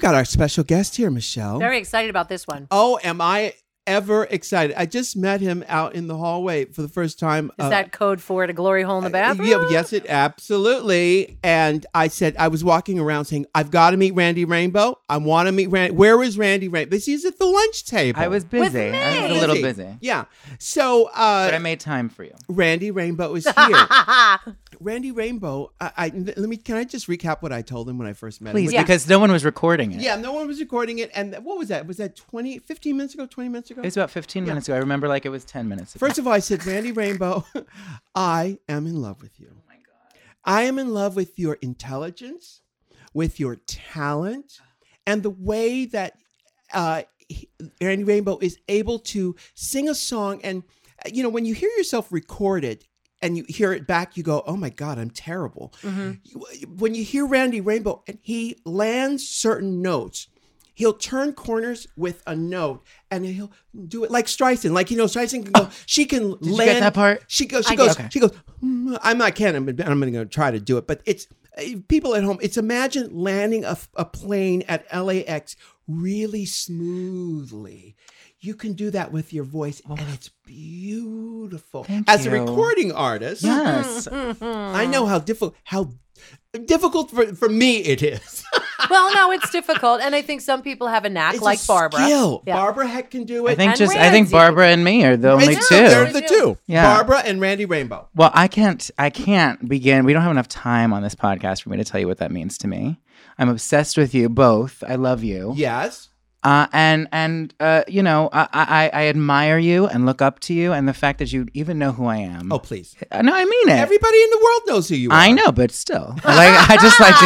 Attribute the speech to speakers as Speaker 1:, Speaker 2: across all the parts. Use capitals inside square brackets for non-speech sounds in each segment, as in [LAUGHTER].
Speaker 1: got our special guest here, Michelle.
Speaker 2: Very excited about this one.
Speaker 1: oh, am I ever excited? I just met him out in the hallway for the first time. uh,
Speaker 2: Is that code for it? A glory hole in the bathroom?
Speaker 1: Yeah, yes, it absolutely. And I said I was walking around saying I've got to meet Randy Rainbow. I want to meet Randy. Where is Randy Rainbow? This is at the lunch table.
Speaker 3: I was busy. I was a little
Speaker 1: Busy.
Speaker 3: busy.
Speaker 1: Yeah. So uh,
Speaker 3: But I made time for you.
Speaker 1: Randy Rainbow
Speaker 3: [LAUGHS]
Speaker 1: is here. Randy Rainbow. I, I let me. Can I just recap what I told him when I first met
Speaker 3: Please,
Speaker 1: him?
Speaker 3: because no one was recording it.
Speaker 1: Yeah. No one was recording it. And what was that? Was that 20, 15 minutes ago? Twenty minutes ago?
Speaker 3: It was about 15 minutes ago. I remember like it was 10 minutes
Speaker 1: [LAUGHS]
Speaker 3: ago.
Speaker 1: First of all, I said, Randy Rainbow, [LAUGHS] I am in love with you. Oh my God. I am in love with your intelligence, with your talent, and the way that uh, he- Randy Rainbow is able to sing a song. And, uh, you know, when you hear yourself recorded, and you hear it back, you go, "Oh my God, I'm terrible."
Speaker 3: Mm-hmm.
Speaker 1: You- uh, When you hear Randy Rainbow, and he lands certain notes, he'll turn corners with a note and he'll do it like Streisand. Like you know, Streisand can go. She can Did land.
Speaker 3: Ah. you get that part?
Speaker 1: She goes. She
Speaker 2: I did.
Speaker 1: goes.
Speaker 3: Okay.
Speaker 1: She goes. "Mm, I'm not. Can't. I'm, I'm going to try to do it. But it's eh, people at home. It's imagine landing a, f- a plane at LAX really smoothly. You can do that with your voice, and it's beautiful.
Speaker 3: Oh. Thank
Speaker 1: As a
Speaker 3: you.
Speaker 1: recording artist,
Speaker 3: yes.
Speaker 1: Mm-hmm, I know how difficult how difficult for, for me it is. [LAUGHS]
Speaker 2: well, no, it's difficult. And I think some people have a knack,
Speaker 1: It's
Speaker 2: like
Speaker 1: a
Speaker 2: Barbara.
Speaker 1: skill.
Speaker 2: Yeah.
Speaker 1: Barbara Heck can do it.
Speaker 3: I think
Speaker 2: And
Speaker 3: just I think
Speaker 2: Ramsey.
Speaker 3: Barbara and me are the only
Speaker 1: It's- They're
Speaker 3: two.
Speaker 1: the two.
Speaker 3: Yeah.
Speaker 1: Barbara and Randy Rainbow.
Speaker 3: Well, I can't I can't begin. We don't have enough time on this podcast for me to tell you what that means to me. I'm obsessed with you both. I love you.
Speaker 1: Yes.
Speaker 3: Uh, and and uh, you know, I, I I admire you and look up to you and the fact that you even know who I am.
Speaker 1: Oh, please.
Speaker 3: Uh, no, I mean it.
Speaker 1: Everybody in the world knows who you are.
Speaker 3: I know, but still. Like I just like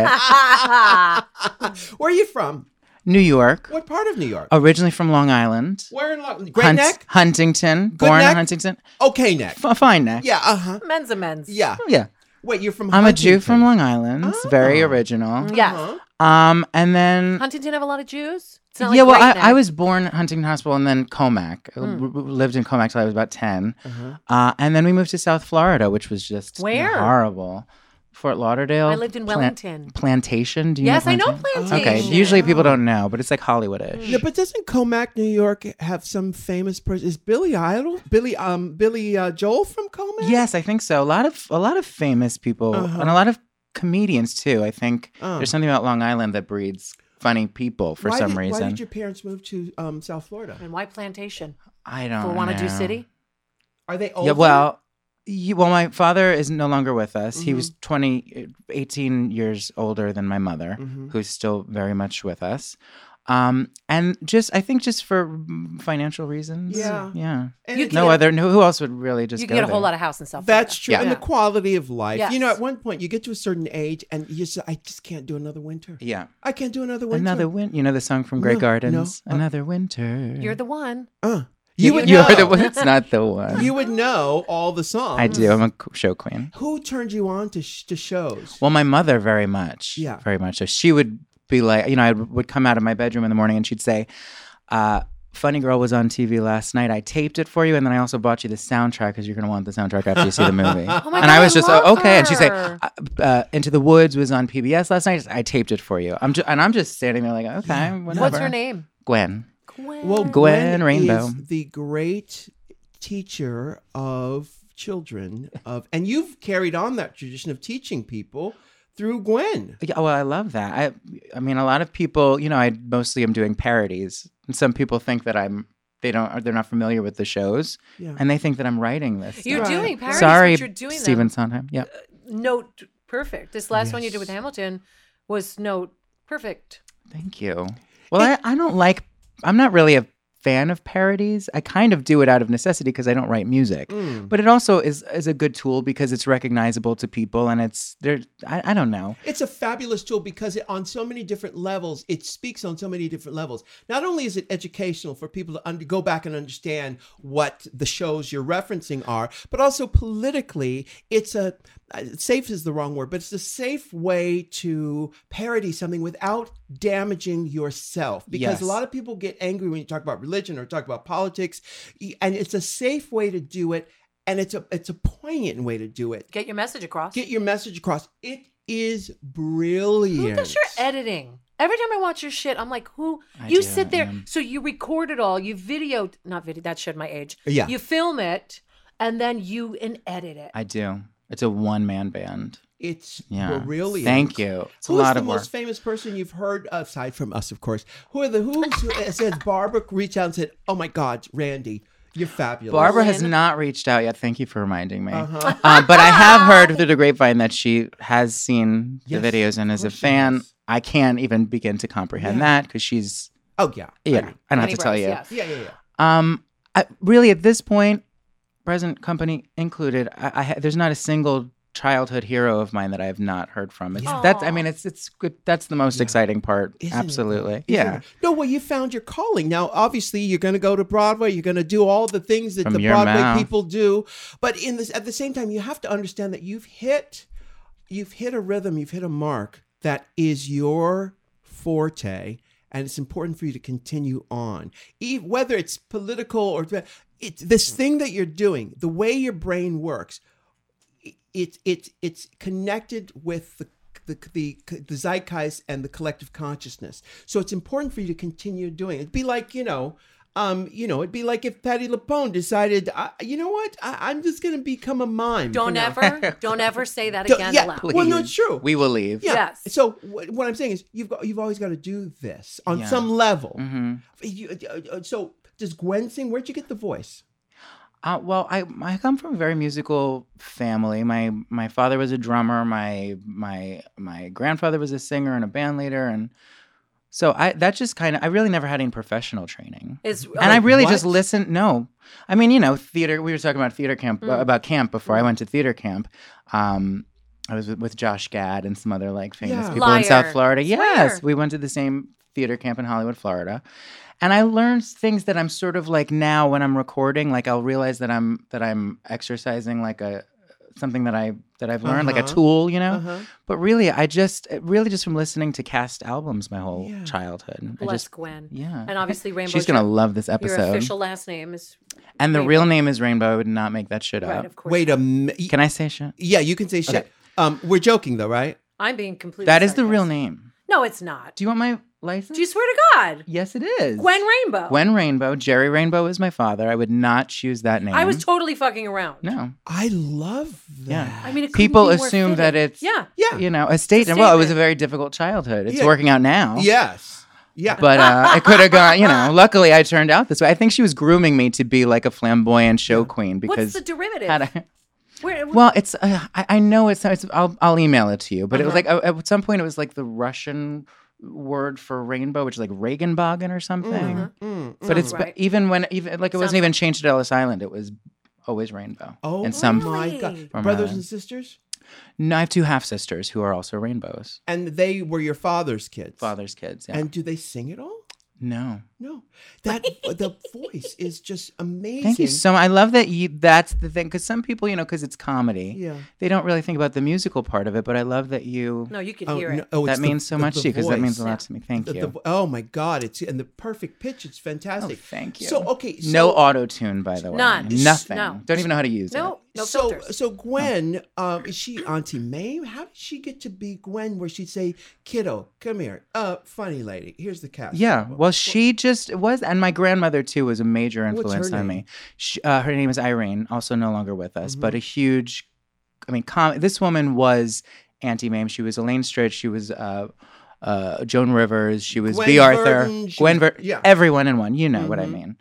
Speaker 3: to hear you say
Speaker 1: [LAUGHS]
Speaker 3: it.
Speaker 1: Where are you from?
Speaker 3: New York.
Speaker 1: What part of New York?
Speaker 3: Originally from Long Island.
Speaker 1: Where in Lo- Great
Speaker 3: Hunt-
Speaker 1: Neck?
Speaker 3: Huntington. born
Speaker 1: neck?
Speaker 3: in Huntington.
Speaker 1: Okay, Neck.
Speaker 3: F- fine neck. Oh,
Speaker 1: Yeah, uh huh.
Speaker 2: Men's amends.
Speaker 1: Yeah.
Speaker 3: Yeah.
Speaker 1: Wait, you're from
Speaker 3: I'm a Jew
Speaker 1: Huntington.
Speaker 3: from Long Island. It's Very
Speaker 1: Oh.
Speaker 3: original.
Speaker 2: Yeah.
Speaker 3: Um, and then
Speaker 2: Huntington have a lot of Jews? It's not
Speaker 3: yeah,
Speaker 2: like
Speaker 3: well,
Speaker 2: Great
Speaker 3: I, I
Speaker 2: Neck.
Speaker 3: was born at Huntington Hospital and then Comac.
Speaker 1: Hmm.
Speaker 3: I w- w- lived in Comac till I was about 10
Speaker 1: Uh-huh.
Speaker 3: Uh, and then we moved to South Florida, which was just
Speaker 2: Where?
Speaker 3: horrible. Fort Lauderdale.
Speaker 2: I lived in
Speaker 3: Plant-
Speaker 2: Wellington.
Speaker 3: plantation. Do you
Speaker 2: Yes, I know
Speaker 3: Okay.
Speaker 2: Plantation.
Speaker 3: Usually people don't know, but it's like Hollywoodish.
Speaker 1: Yeah, but doesn't Comac, New York, have some famous person? Is Billy Idol, Billy, um, Billy uh, Joel from Comac?
Speaker 3: Yes, I think so. A lot of a lot of famous people
Speaker 1: Uh-huh.
Speaker 3: and a lot of comedians too. I think there's something about Long Island that breeds funny people for
Speaker 1: Oh. Why
Speaker 3: some
Speaker 1: did,
Speaker 3: reason.
Speaker 1: Why did your parents move to um, South Florida?
Speaker 2: And why plantation?
Speaker 3: I don't
Speaker 2: For Wanadu
Speaker 3: know.
Speaker 2: City?
Speaker 1: Are they old?
Speaker 3: Yeah, well, you, well, my father is no longer with us. He was
Speaker 1: Mm-hmm.
Speaker 3: 20, 18 years older than my mother,
Speaker 1: Mm-hmm.
Speaker 3: who's still very much with us. Um, and just, I think, just for mm, financial reasons.
Speaker 1: Yeah.
Speaker 3: yeah.
Speaker 1: And
Speaker 2: You
Speaker 1: it's-
Speaker 2: can-
Speaker 3: No other. No, who else would really just
Speaker 2: You
Speaker 3: go
Speaker 2: can get a
Speaker 3: there?
Speaker 2: whole lot of house and stuff.
Speaker 1: That's true.
Speaker 3: Yeah.
Speaker 1: And the quality of life. You know,
Speaker 2: Yes.
Speaker 1: at one point you get to a certain age and you say, I just can't do another winter.
Speaker 3: Yeah.
Speaker 1: I can't do another winter.
Speaker 3: Another win. You know the song from Grey
Speaker 1: No,
Speaker 3: Gardens.
Speaker 1: no, uh,
Speaker 3: Another winter.
Speaker 2: You're the one.
Speaker 1: Uh, you would
Speaker 3: [LAUGHS] You're
Speaker 1: know.
Speaker 3: the one. It's not the one.
Speaker 1: You would know all the songs.
Speaker 3: I do. I'm a c- show queen.
Speaker 1: Who turned you on to sh- to shows?
Speaker 3: Well, my mother very much.
Speaker 1: Yeah.
Speaker 3: Very much. So she would be like, you know, I would come out of my bedroom in the morning and she'd say, uh, Funny Girl was on TV last night. I taped it for you. And then I also bought you the soundtrack because you're going to want the soundtrack after you see the movie.
Speaker 2: [LAUGHS] Oh my
Speaker 3: and
Speaker 2: God,
Speaker 3: I was just,
Speaker 2: love
Speaker 3: oh, okay. And she'd say,
Speaker 2: her.
Speaker 3: uh, uh, Into the Woods was on PBS last night. I taped it for you. I'm ju- And I'm just standing there like, okay, whatever.
Speaker 2: What's her name?
Speaker 3: Gwen.
Speaker 2: Gwen.
Speaker 1: Well,
Speaker 3: Gwen Rainbow.
Speaker 1: is the great teacher of children of, and you've carried on that tradition of teaching people through Gwen.
Speaker 3: Yeah, well, I love that. I, I mean, a lot of people, you know, I mostly am doing parodies, and some people think that I'm they don't or they're not familiar with the shows,
Speaker 1: Yeah.
Speaker 3: and they think that I'm writing this.
Speaker 2: You're
Speaker 3: stuff.
Speaker 2: doing parodies,
Speaker 3: Sorry,
Speaker 2: but you're doing them. Uh,
Speaker 3: Stephen Sondheim. Yeah,
Speaker 2: note perfect. This last one you did with Hamilton was note perfect.
Speaker 3: thank you. Well, I, I don't like. I'm not really a fan of parodies. I kind of do it out of necessity because I don't write music,
Speaker 1: Mm.
Speaker 3: but it also is is a good tool because it's recognizable to people, and it's there. I, I don't know.
Speaker 1: It's a fabulous tool because it, on so many different levels, it speaks on so many different levels. Not only is it educational for people to under, go back and understand what the shows you're referencing are, but also politically, it's a uh, safe is the wrong word, but it's a safe way to parody something without damaging yourself. Because
Speaker 3: Yes.
Speaker 1: a lot of people get angry when you talk about religion or talk about politics, y- and it's a safe way to do it, and it's a it's a poignant way to do it
Speaker 2: Get your message across.
Speaker 1: get your message across. It is brilliant.
Speaker 2: Look at your editing. Every time I watch your shit, I'm like, who?
Speaker 3: I
Speaker 2: you
Speaker 3: do,
Speaker 2: sit there.
Speaker 3: yeah.
Speaker 2: So you record it all. You video, not video. That showed my age.
Speaker 1: Yeah.
Speaker 2: You film it, and then you and edit it.
Speaker 3: I do. It's a one man band.
Speaker 1: It's
Speaker 3: Yeah.
Speaker 1: brilliant.
Speaker 3: Thank you. It's a
Speaker 1: Who's
Speaker 3: lot
Speaker 1: the
Speaker 3: of work.
Speaker 1: most famous person you've heard aside from us, of course? Who are the who who uh, says Barbara reached out and said, "Oh my God, Randy, you're fabulous."
Speaker 3: Barbara has
Speaker 2: Lynn.
Speaker 3: not reached out yet. Thank you for reminding me.
Speaker 1: Uh-huh.
Speaker 3: Uh, but I have
Speaker 1: [LAUGHS]
Speaker 3: heard through the grapevine that she has seen
Speaker 1: Yes,
Speaker 3: the videos and is a
Speaker 1: course she
Speaker 3: fan.
Speaker 1: has.
Speaker 3: I can't even begin to comprehend
Speaker 1: Yeah.
Speaker 3: that because she's
Speaker 1: Oh yeah, I
Speaker 3: yeah.
Speaker 1: mean,
Speaker 3: I don't have
Speaker 2: Lenny
Speaker 3: to tell
Speaker 2: Bruce,
Speaker 3: you.
Speaker 2: yes.
Speaker 1: yeah, yeah, yeah.
Speaker 3: Um, I, really, at this point, present company included, I, I ha- there's not a single childhood hero of mine that I have not heard from. It's,
Speaker 2: Yeah.
Speaker 3: That's, I
Speaker 2: Aw.
Speaker 3: mean, it's it's good. That's the most
Speaker 1: Yeah.
Speaker 3: exciting part.
Speaker 1: Isn't it, though?
Speaker 3: Absolutely,
Speaker 1: Isn't
Speaker 3: yeah.
Speaker 1: it? No, well, you found your calling. Now, obviously, you're going to go to Broadway. You're going to do all the things that
Speaker 3: From
Speaker 1: the
Speaker 3: your
Speaker 1: Broadway
Speaker 3: mouth.
Speaker 1: people do. But in this, at the same time, you have to understand that you've hit, you've hit a rhythm. You've hit a mark that is your forte, and it's important for you to continue on, E- whether it's political or it's this thing that you're doing. The way your brain works, it's it's it's connected with the the, the the zeitgeist and the collective consciousness. So it's important for you to continue doing it. It'd be like you know, um, you know, it'd be like if Patty Lapone decided, I, you know what, I, I'm just going to become a mime. for
Speaker 2: Don't
Speaker 1: now."
Speaker 3: [LAUGHS]
Speaker 2: ever, don't ever say that
Speaker 1: Don't-
Speaker 2: again
Speaker 1: yeah,
Speaker 2: aloud.
Speaker 1: Well, no, it's true.
Speaker 3: We will leave.
Speaker 1: Yeah.
Speaker 2: Yes.
Speaker 1: So what, what I'm saying is, you've got you've always got to do this on
Speaker 3: Yeah.
Speaker 1: some level.
Speaker 3: hmm
Speaker 1: You- uh, uh, so does Gwen sing? Where'd you get the voice?
Speaker 3: Uh, well, I I come from a very musical family. My my father was a drummer. My my my grandfather was a singer and a band leader, and so I that just kind of I really never had any professional training.
Speaker 2: It's, oh,
Speaker 3: and I really
Speaker 1: what?
Speaker 3: just listened. No, I mean you know theater. We were talking about theater camp
Speaker 2: Mm.
Speaker 3: about camp before I went to theater camp. Um, I was with, with Josh Gad and some other like famous
Speaker 1: Yeah.
Speaker 3: people in South
Speaker 2: Liar.
Speaker 3: Florida.
Speaker 2: Swear.
Speaker 3: Yes, we went to the same theater camp in Hollywood, Florida. And I learned things that I'm sort of like now when I'm recording, like I'll realize that I'm that I'm exercising like a something that I that I've learned, like a
Speaker 1: Uh-huh.
Speaker 3: tool, you know.
Speaker 1: Uh-huh.
Speaker 3: But really, I just really just from listening to cast albums my whole
Speaker 1: Yeah.
Speaker 3: childhood. I
Speaker 2: bless
Speaker 3: just
Speaker 2: Gwen.
Speaker 3: yeah.
Speaker 2: And obviously, Rainbow.
Speaker 3: [LAUGHS] She's gonna
Speaker 2: Jack-
Speaker 3: love this
Speaker 2: Your
Speaker 3: episode.
Speaker 2: official last name is
Speaker 3: And the
Speaker 2: Rainbow.
Speaker 3: real name is Rainbow. I would not make that shit
Speaker 2: right,
Speaker 3: up.
Speaker 2: of course.
Speaker 1: Wait a minute.
Speaker 3: Can I say shit?
Speaker 1: Yeah, you can say shit. Um, we're joking though, right?
Speaker 2: I'm being completely.
Speaker 3: That is the real
Speaker 2: sarcastic.
Speaker 3: name.
Speaker 2: No, it's not.
Speaker 3: Do you want my license?
Speaker 2: Do you swear to God?
Speaker 3: yes, it is.
Speaker 2: Gwen Rainbow.
Speaker 3: Gwen Rainbow. Jerry Rainbow is my father. I would not choose that name.
Speaker 2: I was totally fucking around.
Speaker 3: no.
Speaker 1: I love that.
Speaker 3: Yeah.
Speaker 2: I mean, it couldn't
Speaker 3: People
Speaker 2: be more
Speaker 3: assume that
Speaker 2: fitting.
Speaker 3: it's-
Speaker 2: yeah.
Speaker 1: Yeah.
Speaker 3: You know, a state. Well, it was a
Speaker 2: statement.
Speaker 3: very difficult childhood. It's
Speaker 1: Yeah.
Speaker 3: working out now.
Speaker 1: Yes. Yeah.
Speaker 3: But uh, it could have gone. You
Speaker 2: [LAUGHS]
Speaker 3: know, luckily I turned out this way. I think she was grooming me to be like a flamboyant show queen
Speaker 2: What's
Speaker 3: because
Speaker 2: the derivative?
Speaker 3: had I.
Speaker 2: Where, where-
Speaker 3: Well, it's uh, I, I know it's, it's I'll I'll email it to you, but it was
Speaker 2: Uh-huh.
Speaker 3: like uh, at some point it was like the Russian word for rainbow, which is like Regenbogen or something.
Speaker 1: Mm, mm.
Speaker 3: But
Speaker 2: Sounds
Speaker 3: it's
Speaker 2: Mm-hmm. right.
Speaker 3: even when even like it
Speaker 2: Sounds
Speaker 3: wasn't even changed to Ellis Island, it was always rainbow.
Speaker 1: oh
Speaker 3: in some
Speaker 1: my
Speaker 2: Really?
Speaker 1: god,
Speaker 3: From
Speaker 1: brothers
Speaker 3: Ireland.
Speaker 1: and sisters,
Speaker 3: no, I have two half sisters who are also rainbows,
Speaker 1: and they were your father's kids.
Speaker 3: father's kids. Yeah.
Speaker 1: And do they sing at all?
Speaker 3: no,
Speaker 2: [LAUGHS]
Speaker 1: No. That the voice is just amazing.
Speaker 3: thank you so. much. I love that you. That's the thing because some people, you know, because it's comedy,
Speaker 1: Yeah.
Speaker 3: they don't really think about the musical part of it. But I love that you.
Speaker 2: no, you can
Speaker 1: Oh,
Speaker 2: hear
Speaker 1: no,
Speaker 2: it.
Speaker 1: oh, it's
Speaker 3: that
Speaker 1: the-
Speaker 3: means so
Speaker 1: the-
Speaker 3: much
Speaker 1: the
Speaker 3: to you because that
Speaker 1: voice.
Speaker 3: means a lot to me. Thank
Speaker 1: The- the
Speaker 3: you.
Speaker 1: vo- oh my god, it's and the perfect pitch. It's
Speaker 3: Oh,
Speaker 1: fantastic.
Speaker 3: thank you.
Speaker 1: So okay, so,
Speaker 3: no auto tune, by the way.
Speaker 2: None.
Speaker 3: Nothing.
Speaker 2: No.
Speaker 3: Don't even know how to use
Speaker 2: No, no
Speaker 1: so
Speaker 2: filters.
Speaker 3: Oh.
Speaker 1: so Gwen, um, is she Auntie Mae? How did she get to be Gwen? Where she'd say, "Kiddo, come here, uh, funny lady. Here's the
Speaker 3: it.
Speaker 1: cast."
Speaker 3: Yeah.
Speaker 1: album."
Speaker 3: Well, she just was, and my grandmother too was a major
Speaker 1: What's her
Speaker 3: influence on
Speaker 1: name? Mm-hmm.
Speaker 3: me. She, uh, her name is Irene, also no longer with us, but a huge. I mean, com- this woman was Auntie Mame. She was Elaine Stritch. She was. Uh, uh, Joan Rivers, she was
Speaker 1: Gwen
Speaker 3: B. Arthur,
Speaker 1: Burton, she
Speaker 3: Gwen,
Speaker 1: was-
Speaker 3: Ver-
Speaker 1: yeah.
Speaker 3: everyone in one. You know what I
Speaker 1: Mhm.
Speaker 3: mean.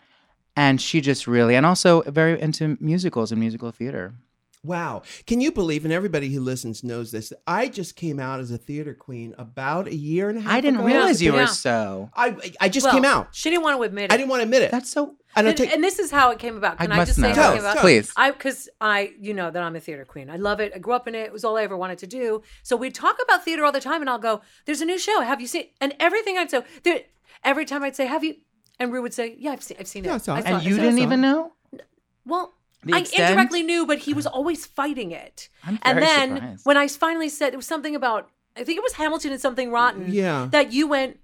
Speaker 3: And she just really, and also very into musicals and musical theater.
Speaker 1: Wow. Can you believe, and everybody who listens knows this, that I just came out as a theater queen about a year and a half
Speaker 3: I didn't
Speaker 1: ago.
Speaker 3: realize you
Speaker 2: Yeah.
Speaker 3: were so.
Speaker 1: I, I just
Speaker 2: Well,
Speaker 1: came out.
Speaker 2: She didn't want to admit it.
Speaker 1: I didn't want to admit it.
Speaker 3: That's so.
Speaker 1: I don't
Speaker 2: and,
Speaker 1: take.
Speaker 2: and this is how it came about.
Speaker 3: I
Speaker 2: Can I,
Speaker 3: must
Speaker 2: just say how
Speaker 3: know.
Speaker 1: Tell
Speaker 2: it came
Speaker 1: us,
Speaker 2: about?
Speaker 1: tell
Speaker 3: us.
Speaker 2: I because I you know that I'm a theater queen. I love it. I grew up in it. It was all I ever wanted to do. So we talk about theater all the time, and I'll go, "There's a new show. Have you seen?" And everything I'd say, there, every time I'd say, "Have you?" And Rue would say, "Yeah, I've seen. I've seen it."
Speaker 1: Yeah, I saw it.
Speaker 2: I
Speaker 3: And
Speaker 2: I
Speaker 3: you
Speaker 2: saw it."
Speaker 3: didn't even know?
Speaker 2: Well,
Speaker 3: The
Speaker 2: I
Speaker 3: extent?
Speaker 2: indirectly knew, but he was always fighting it.
Speaker 3: I'm
Speaker 2: and
Speaker 3: very
Speaker 2: then
Speaker 3: surprised.
Speaker 2: when I finally said it was something about, I think it was Hamilton and something rotten.
Speaker 1: Yeah.
Speaker 2: That you went,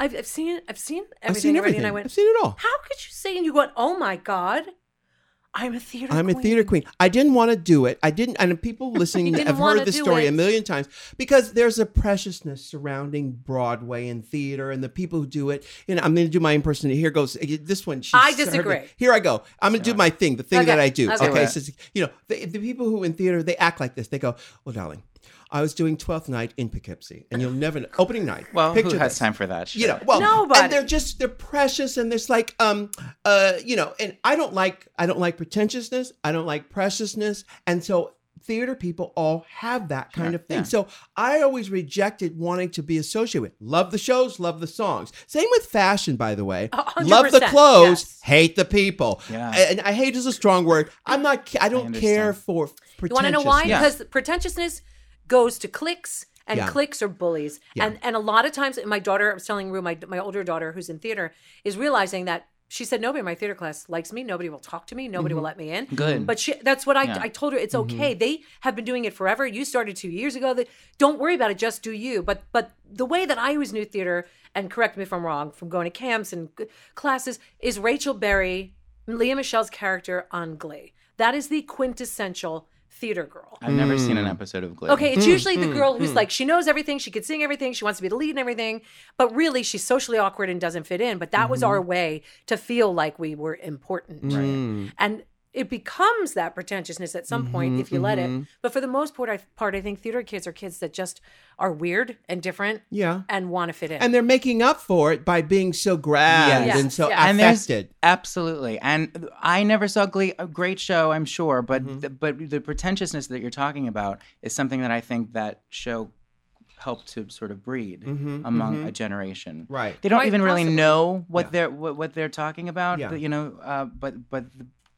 Speaker 2: I've, I've seen, I've seen everything
Speaker 1: I've seen
Speaker 2: already,
Speaker 1: everything.
Speaker 2: and I went,
Speaker 1: I've seen it all.
Speaker 2: how could you say? And you went, oh my god, I'm a theater.
Speaker 1: I'm a theater queen. I didn't want to do it. I didn't, and
Speaker 2: [LAUGHS]
Speaker 1: people [LAUGHS] listening
Speaker 2: didn't
Speaker 1: have
Speaker 2: wanna
Speaker 1: heard this
Speaker 2: do
Speaker 1: story a
Speaker 2: it.
Speaker 1: million times because there's a preciousness surrounding Broadway and theater and the people who do it. And I'm going to do my impersonation. Here goes this one. She's
Speaker 2: I
Speaker 1: heard me.
Speaker 2: disagree.
Speaker 1: Here I go. I'm going to do my thing, the thing
Speaker 2: Okay,
Speaker 1: that I do.
Speaker 2: let's
Speaker 1: Okay,
Speaker 2: do
Speaker 1: okay
Speaker 3: it.
Speaker 1: so, you know, the, the people who in theater they act like this. They go, "Well, darling, I was doing Twelfth Night in Poughkeepsie, and you'll never know. opening night.
Speaker 3: Well,
Speaker 1: picture
Speaker 3: who has
Speaker 1: this
Speaker 3: time for that?
Speaker 1: you
Speaker 3: shit?
Speaker 1: know well
Speaker 2: Nobody.
Speaker 1: and they're just they're precious and there's like um uh you know and i don't like i don't like pretentiousness i don't like preciousness and so theater people all have that kind
Speaker 3: Sure,
Speaker 1: of thing
Speaker 3: yeah.
Speaker 1: so i always rejected wanting to be associated with love the shows love the songs same with fashion by the way
Speaker 2: A hundred
Speaker 1: love the
Speaker 2: percent,
Speaker 1: clothes
Speaker 2: yes.
Speaker 1: hate the people
Speaker 3: Yeah.
Speaker 1: and i hate is a strong word i'm not ca- i don't
Speaker 3: understand.
Speaker 1: care for pretentiousness
Speaker 2: You want to know why?
Speaker 3: Yeah.
Speaker 2: Because pretentiousness goes to cliques, and
Speaker 1: Yeah.
Speaker 2: cliques are bullies.
Speaker 1: Yeah.
Speaker 2: And and a lot of times, my daughter, I was telling Rue, my my older daughter who's in theater, is realizing that she said nobody in my theater class likes me. Nobody will talk to me. Nobody will let me in.
Speaker 3: Mm-hmm. Good.
Speaker 2: But she, that's what I
Speaker 3: Yeah.
Speaker 2: I told her. It's okay. They have been doing it forever. You started two years ago. They- Don't worry about it. Just do you. But but the way that I always knew theater, and correct me if I'm wrong, from going to camps and g- classes, is Rachel Berry, Leah Michelle's character on Glee. That is the quintessential theater girl.
Speaker 3: I've never seen an episode of Glee.
Speaker 2: Mm. Okay, it's usually the girl who's like she knows everything, she could sing everything, she wants to be the lead and everything, but really she's socially awkward and doesn't fit in. But that was our way to feel like we were important, and it becomes that pretentiousness at some point if you let it. But for the most part, I, part I think theater kids are kids that just are weird and different,
Speaker 1: Yeah.
Speaker 2: and want to fit in.
Speaker 1: and they're making up for it by being so grand
Speaker 3: Yes.
Speaker 1: and so
Speaker 2: Yes. And
Speaker 3: there's-
Speaker 1: affected
Speaker 3: Absolutely, and I never saw Glee. A great show, I'm sure, but
Speaker 2: Mm-hmm.
Speaker 3: the, but the pretentiousness that you're talking about is something that I think that show helped to sort of breed
Speaker 2: Mm-hmm.
Speaker 3: among a generation.
Speaker 1: Right.
Speaker 3: They don't
Speaker 2: Quite
Speaker 3: even really
Speaker 2: possibly.
Speaker 3: know what they're what, what they're talking about.
Speaker 1: Yeah.
Speaker 3: but, you know, uh, but but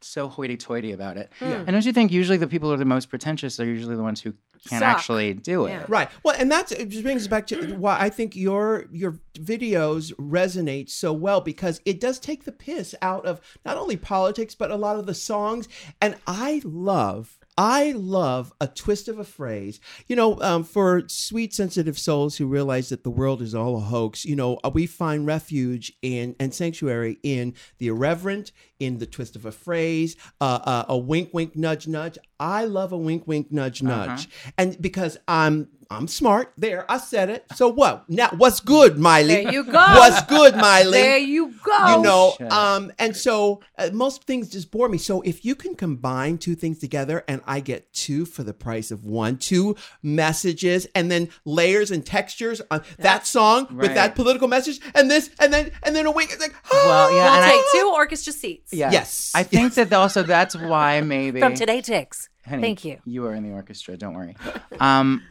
Speaker 3: so hoity-toity about it.
Speaker 2: Hmm.
Speaker 3: And don't you think usually the people who are the most pretentious are usually the ones who can't
Speaker 2: Suck.
Speaker 3: actually do it?
Speaker 2: Yeah.
Speaker 1: Right. Well, and that's it just brings us back to why I think your your videos resonate so well because it does take the piss out of not only politics but a lot of the songs. And I love. I love a twist of a phrase. You know, um, for sweet, sensitive souls who realize that the world is all a hoax, you know, uh, we find refuge in and sanctuary in the irreverent, in the twist of a phrase, uh, uh, a wink, wink, nudge, nudge. I love a wink, wink, nudge, nudge and because I'm I'm smart. There, I said it. So what? Now, what's good, Miley?
Speaker 2: There you go.
Speaker 1: What's
Speaker 2: [LAUGHS]
Speaker 1: good, Miley?
Speaker 2: there you go.
Speaker 1: you know,
Speaker 3: Oh, shit.
Speaker 1: um, and so uh, most things just bore me. So if you can combine two things together, and I get two for the price of one, two messages, and then layers and textures on that song with
Speaker 3: Right.
Speaker 1: that political message, and this, and then, and then a wink. It's like, "Ah!"
Speaker 3: Well, yeah,
Speaker 2: We'll
Speaker 3: and I-
Speaker 2: take two orchestra seats
Speaker 3: Yes.
Speaker 1: Yes.
Speaker 3: I think that also that's why maybe
Speaker 2: from today takes.
Speaker 3: Honey,
Speaker 2: Thank you.
Speaker 3: You are in the orchestra. Don't worry. [LAUGHS] Um,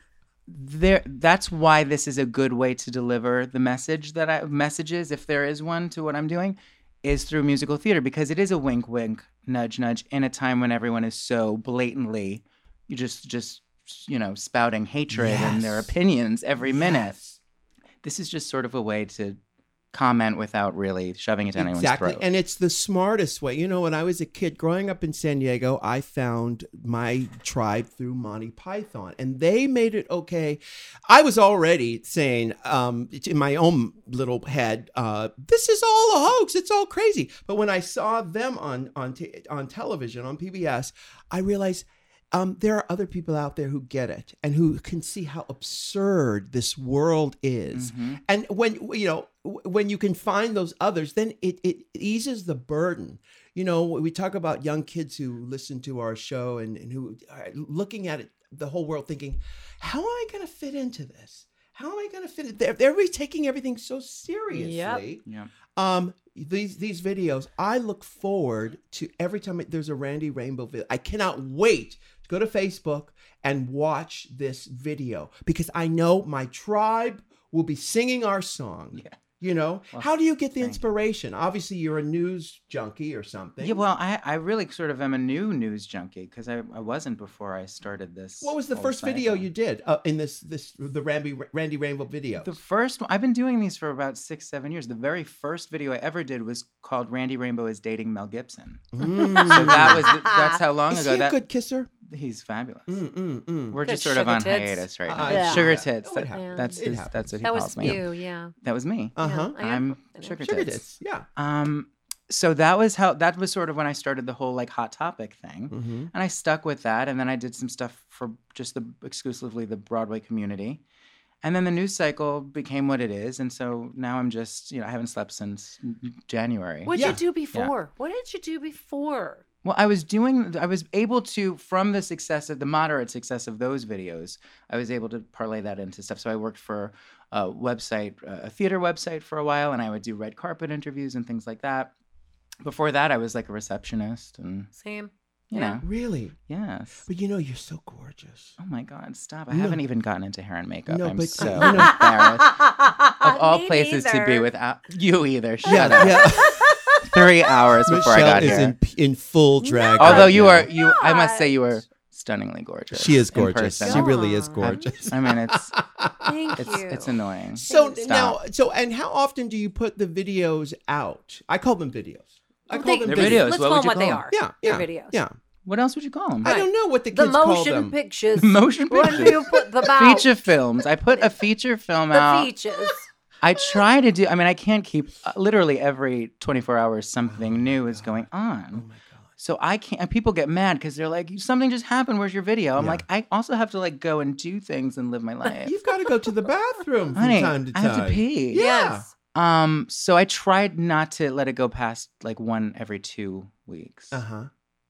Speaker 3: there. That's why this is a good way to deliver the message that I messages, if there is one, to what I'm doing, is through musical theater because it is a wink, wink, nudge, nudge in a time when everyone is so blatantly, you just, just you know, spouting hatred and their
Speaker 1: Yes.
Speaker 3: opinions every minute. This is just sort of a way to comment without really shoving it down
Speaker 1: exactly.
Speaker 3: anyone's throat.
Speaker 1: And it's the smartest way. You know, when I was a kid growing up in San Diego, I found my tribe through Monty Python, and they made it okay. I was already saying um, in my own little head, uh, "This is all a hoax. It's all crazy." But when I saw them on on t- on television on PBS, I realized um, there are other people out there who get it and who can see how absurd this world is. And when you know when you can find those others, then it it eases the burden. You know, we talk about young kids who listen to our show and, and who are looking at it, the whole world, thinking, "How am I going to fit into this? How am I going to fit?" in-" They're they're really taking everything so seriously
Speaker 3: yeah.
Speaker 1: um these these videos i look forward to every time it- there's a randy rainbow video i cannot wait to go to facebook and watch this video because i know my tribe will be singing our song
Speaker 3: Yeah.
Speaker 1: you know how do you get the
Speaker 3: thank you.
Speaker 1: inspiration obviously you're a news junkie or something
Speaker 3: Yeah, well, I, I really sort of am a new news junkie because I, I wasn't before I started this.
Speaker 1: what was the
Speaker 3: whole
Speaker 1: first
Speaker 3: site.
Speaker 1: video you did uh, in this this the randy randy rainbow video
Speaker 3: The first one, I've been doing these for about six, seven years. The very first video I ever did was called Randy Rainbow is Dating Mel Gibson.
Speaker 2: Mm.
Speaker 3: So that was, the, that's how long
Speaker 1: is
Speaker 3: ago
Speaker 1: he a
Speaker 3: that.
Speaker 1: good kisser
Speaker 3: He's fabulous.
Speaker 1: mm, mm, mm.
Speaker 3: We're
Speaker 2: Good
Speaker 3: just sort of
Speaker 2: sugar
Speaker 3: on
Speaker 2: tits.
Speaker 3: hiatus right
Speaker 1: Uh,
Speaker 3: now.
Speaker 1: yeah.
Speaker 3: Sugar
Speaker 1: Yeah.
Speaker 3: tits.
Speaker 1: It
Speaker 3: That-
Speaker 1: happens.
Speaker 3: that's
Speaker 1: It
Speaker 3: his-
Speaker 1: happens.
Speaker 3: that's what he
Speaker 2: That
Speaker 3: calls
Speaker 2: was
Speaker 3: me.
Speaker 2: you, yeah.
Speaker 3: That was me.
Speaker 1: uh-huh
Speaker 2: Oh, I am-
Speaker 3: I'm
Speaker 2: I know.
Speaker 3: sugar,
Speaker 1: sugar
Speaker 3: tits.
Speaker 1: tits yeah
Speaker 3: Um, so that was how that was sort of when I started the whole like hot topic thing.
Speaker 1: Mhm.
Speaker 3: And I stuck with that and then I did some stuff for just the exclusively the Broadway community. And then the news cycle became what it is and so now I'm just, you know, I haven't slept since January.
Speaker 2: What'd
Speaker 1: Yeah.
Speaker 2: you do before? What did you do before?
Speaker 3: Well, I was doing, I was able to, from the success of the moderate success of those videos, I was able to parlay that into stuff. So I worked for a website, a theater website for a while, and I would do red carpet interviews and things like that. Before that, I was like a receptionist and,
Speaker 2: Same.
Speaker 3: you
Speaker 2: Yeah.
Speaker 3: know,
Speaker 1: Really?
Speaker 3: yes.
Speaker 1: But you know, you're so
Speaker 3: [LAUGHS]
Speaker 1: gorgeous.
Speaker 3: Oh my God, stop. I
Speaker 1: No.
Speaker 3: haven't even gotten into hair and makeup.
Speaker 1: No,
Speaker 3: I'm
Speaker 1: but-
Speaker 3: so
Speaker 1: you know-
Speaker 3: [LAUGHS] embarrassed.
Speaker 2: [LAUGHS]
Speaker 3: Of all
Speaker 2: Me
Speaker 3: places to be
Speaker 2: neither.
Speaker 3: without you either. Shut
Speaker 1: [LAUGHS] Yeah,
Speaker 3: up.
Speaker 1: yeah. [LAUGHS]
Speaker 3: Three hours before I
Speaker 1: Michelle
Speaker 3: got
Speaker 1: is
Speaker 3: here.
Speaker 1: in in full drag.
Speaker 2: No,
Speaker 3: Although
Speaker 1: right
Speaker 3: you
Speaker 1: now.
Speaker 3: are, you, I must say, you are
Speaker 2: Gosh.
Speaker 3: stunningly gorgeous.
Speaker 1: she is
Speaker 3: in
Speaker 1: gorgeous.
Speaker 3: person.
Speaker 1: She really is
Speaker 2: Aw. [LAUGHS]
Speaker 1: gorgeous.
Speaker 3: I
Speaker 1: [LAUGHS]
Speaker 3: mean, it's
Speaker 2: Thank
Speaker 3: it's
Speaker 2: you.
Speaker 3: it's annoying.
Speaker 1: So
Speaker 2: Stop.
Speaker 1: now, so and how often do you put the videos out? I call them videos. I
Speaker 2: Well,
Speaker 1: call
Speaker 2: they-
Speaker 1: them
Speaker 3: They're videos.
Speaker 2: Let's
Speaker 3: What
Speaker 2: call
Speaker 3: would
Speaker 2: them
Speaker 3: you
Speaker 2: what they
Speaker 3: call
Speaker 2: are.
Speaker 1: Yeah, yeah,
Speaker 2: They're videos.
Speaker 1: yeah.
Speaker 3: What else would you call them?
Speaker 1: I don't know what the
Speaker 2: The
Speaker 1: kids call
Speaker 2: motion
Speaker 1: them.
Speaker 3: [LAUGHS]
Speaker 2: pictures.
Speaker 3: Motion
Speaker 2: What do
Speaker 3: pictures.
Speaker 2: you put the bow? [LAUGHS]
Speaker 3: [LAUGHS] Feature films. I put a feature film
Speaker 2: The
Speaker 3: out. [GASPS]
Speaker 2: features.
Speaker 3: I try to do. I mean, I can't keep. Uh, literally every 24 hours,
Speaker 1: Oh
Speaker 3: something new is going on. So I can't. and People get mad because they're like, "Something just happened. Where's your video?" I'm
Speaker 1: Yeah.
Speaker 3: like, I also have to like go and do things
Speaker 1: [LAUGHS]
Speaker 3: and live my life.
Speaker 1: You've got to go to the bathroom from
Speaker 3: Honey,
Speaker 1: time to
Speaker 3: I
Speaker 1: time.
Speaker 3: have to pee.
Speaker 1: Yeah.
Speaker 2: Yes.
Speaker 3: Um. So I tried not to let it go past like one every two weeks.
Speaker 1: Uh huh.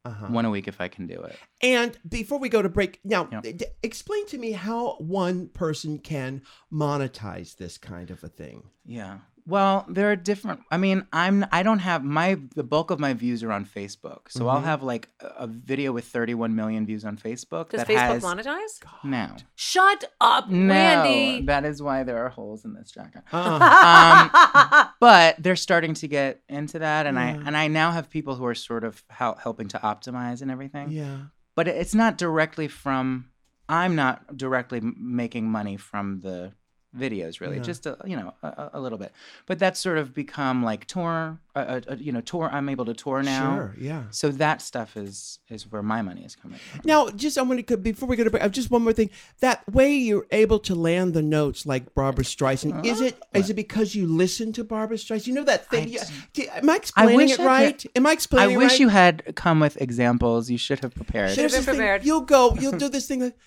Speaker 1: Uh huh.
Speaker 3: One a week if I can do it.
Speaker 1: And before we go to break, now
Speaker 3: Yeah.
Speaker 1: d- explain to me how one person can monetize this kind of a
Speaker 3: [LAUGHS]
Speaker 1: thing.
Speaker 3: Yeah. Well, there are different. I mean, I'm I don't have my the bulk of my views are on Facebook, so I'll
Speaker 1: Mhm.
Speaker 3: have like a a video with 31 million views on Facebook.
Speaker 2: Does
Speaker 3: that
Speaker 2: Facebook
Speaker 3: has,
Speaker 2: monetize?
Speaker 3: No,
Speaker 2: Shut up,
Speaker 3: no.
Speaker 2: Randy.
Speaker 3: That is why there are holes in this
Speaker 2: [LAUGHS]
Speaker 3: jacket. Um,
Speaker 1: Uh,
Speaker 3: But they're starting to get into that, and I
Speaker 1: Yeah.
Speaker 3: and I now have people who are sort of hel- helping to optimize and everything.
Speaker 1: yeah.
Speaker 3: But it- it's not directly from. I'm not directly m- making money from the videos really
Speaker 1: Yeah.
Speaker 3: just a, you know a- a, a little bit but that's sort of become like tour uh, uh, you know tour i'm able to tour now
Speaker 1: Sure. Yeah.
Speaker 3: so that stuff is is where my money is coming from
Speaker 1: Now, just I'm gonna before we go to break. uh, Just one more thing. That way you're able to land the notes like Barbara Streisand. is it? Is it because you listen to Barbara Streisand? You know that thing. yeah. D- Am I explaining
Speaker 3: wish
Speaker 1: it
Speaker 3: I could-
Speaker 1: right? Am I
Speaker 3: i
Speaker 1: explaining? it
Speaker 3: wish
Speaker 1: right?
Speaker 3: you had come with examples you should have prepared
Speaker 1: There's
Speaker 2: been
Speaker 1: this thing-
Speaker 2: prepared.
Speaker 1: You'll go.
Speaker 3: [LAUGHS]
Speaker 1: You'll do this thing like.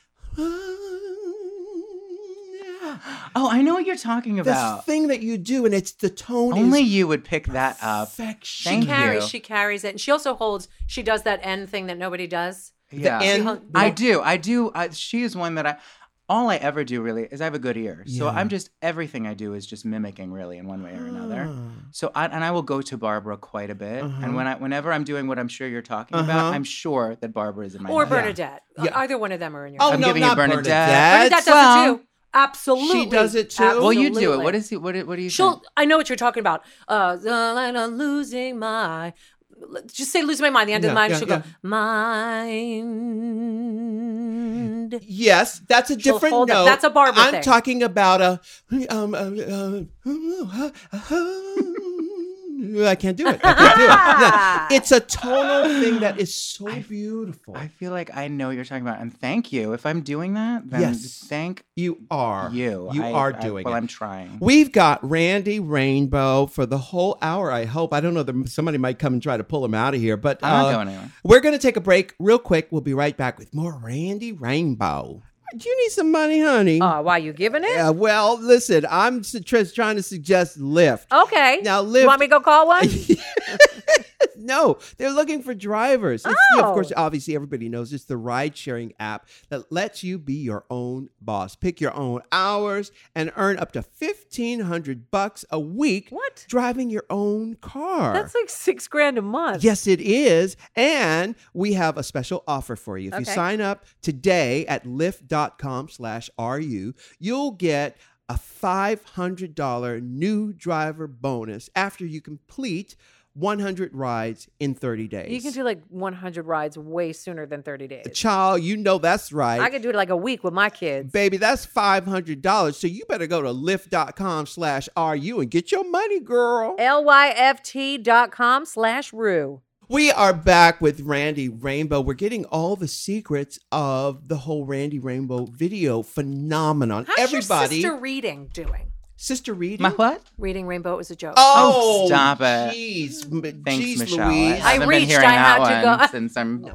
Speaker 3: oh i know what you're talking
Speaker 1: "Ah, This
Speaker 3: about
Speaker 1: thing that you do, and it's the tone.
Speaker 3: only
Speaker 1: is
Speaker 3: you would pick that up
Speaker 1: perfection.
Speaker 3: Thank
Speaker 2: carries.
Speaker 3: you.
Speaker 2: She carries it, and she also holds. She does that end thing that nobody does.
Speaker 3: yeah
Speaker 1: end-
Speaker 2: hung-
Speaker 3: i do i do I, she is one that i all I ever do really is I have a good ear. So
Speaker 1: Yeah.
Speaker 3: I'm just, everything I do is just mimicking really in one way or another.
Speaker 1: Ah.
Speaker 3: So I, and I will go to Barbara quite a bit.
Speaker 1: Uh-huh.
Speaker 3: And when I whenever I'm doing what I'm sure you're talking
Speaker 1: Uh-huh.
Speaker 3: about, I'm sure that Barbara is in my
Speaker 2: Or
Speaker 3: head.
Speaker 2: Bernadette.
Speaker 1: Yeah.
Speaker 2: Either one of them are in your.
Speaker 1: Oh
Speaker 3: I'm
Speaker 1: no,
Speaker 3: giving you
Speaker 1: not
Speaker 3: Bernadette.
Speaker 2: Bernadette does
Speaker 3: well,
Speaker 2: it too. Absolutely.
Speaker 1: she does it too?
Speaker 3: Well, you do it.
Speaker 2: Absolutely.
Speaker 3: What is he? What, do- what do you
Speaker 2: She'll.
Speaker 3: think?
Speaker 2: I know what you're talking about. Uh, and I'm losing my. Just say losing my mind. The end of
Speaker 1: Yeah,
Speaker 2: the mind.
Speaker 1: yeah,
Speaker 2: she'll
Speaker 1: yeah.
Speaker 2: go
Speaker 1: Mm.
Speaker 2: mind.
Speaker 1: Yes, that's a
Speaker 2: She'll
Speaker 1: different
Speaker 2: hold up.
Speaker 1: note.
Speaker 2: That's a Barbara
Speaker 1: I'm
Speaker 2: thing.
Speaker 1: talking about a. Um, um, um, I can't do it. I can't do it. Yeah.
Speaker 2: [LAUGHS]
Speaker 1: It's a tonal thing that is so beautiful.
Speaker 3: I feel like I know what you're talking about. And thank you. If I'm doing that, then
Speaker 1: Yes.
Speaker 3: thank
Speaker 1: you are.
Speaker 3: you.
Speaker 1: You
Speaker 3: I-
Speaker 1: are
Speaker 3: I-
Speaker 1: doing
Speaker 3: Well,
Speaker 1: it.
Speaker 3: I'm trying.
Speaker 1: We've got Randy Rainbow for the whole hour. I hope. I don't know. There, somebody might come and try to pull him out of here, but
Speaker 3: I'm not
Speaker 1: uh,
Speaker 3: going anywhere.
Speaker 1: We're going to take a break real quick. We'll be right back with more Randy Rainbow. Do you need some money, honey?
Speaker 2: Uh, why you giving it?
Speaker 1: yeah, well, listen, I'm su- tr- trying to suggest Lyft.
Speaker 2: Okay.
Speaker 1: Now, Lyft-
Speaker 2: you want me to go
Speaker 1: [LAUGHS]
Speaker 2: call one?
Speaker 1: No, they're looking for drivers. It's, yeah, Of
Speaker 2: Oh.
Speaker 1: course, obviously, everybody knows it's the ride sharing app that lets you be your own boss, pick your own hours, and earn up to 1500 bucks a week
Speaker 2: What?
Speaker 1: driving your own car.
Speaker 2: That's like six grand a month.
Speaker 1: Yes, it is. And we have a special offer for you. If you
Speaker 2: Okay.
Speaker 1: sign up today at lyft.com slash RU, you'll get a $500 new driver bonus after you complete 100 rides in 30 days.
Speaker 2: You can do like 100 rides way sooner than 30 days.
Speaker 1: Child, you know that's right.
Speaker 2: I could do it like a week with my kids.
Speaker 1: Baby, that's $500. So you better go to lyft.com slash RU and get your money, girl.
Speaker 2: Lyft dot com slash rue.
Speaker 1: We are back with Randy Rainbow. We're getting all the secrets of the whole Randy Rainbow video phenomenon.
Speaker 2: How's
Speaker 1: Everybody,
Speaker 2: your sister reading doing?
Speaker 1: Sister Reading.
Speaker 3: My what?
Speaker 2: Reading Rainbow was a joke.
Speaker 1: Oh,
Speaker 3: Oh, stop it.
Speaker 1: Jeez,
Speaker 3: Thanks,
Speaker 1: jeez,
Speaker 3: Michelle.
Speaker 1: Louise.
Speaker 3: I haven't
Speaker 2: reached,
Speaker 3: been hearing
Speaker 2: I
Speaker 3: that
Speaker 2: had to
Speaker 3: one
Speaker 2: go.
Speaker 3: since I'm
Speaker 2: [LAUGHS]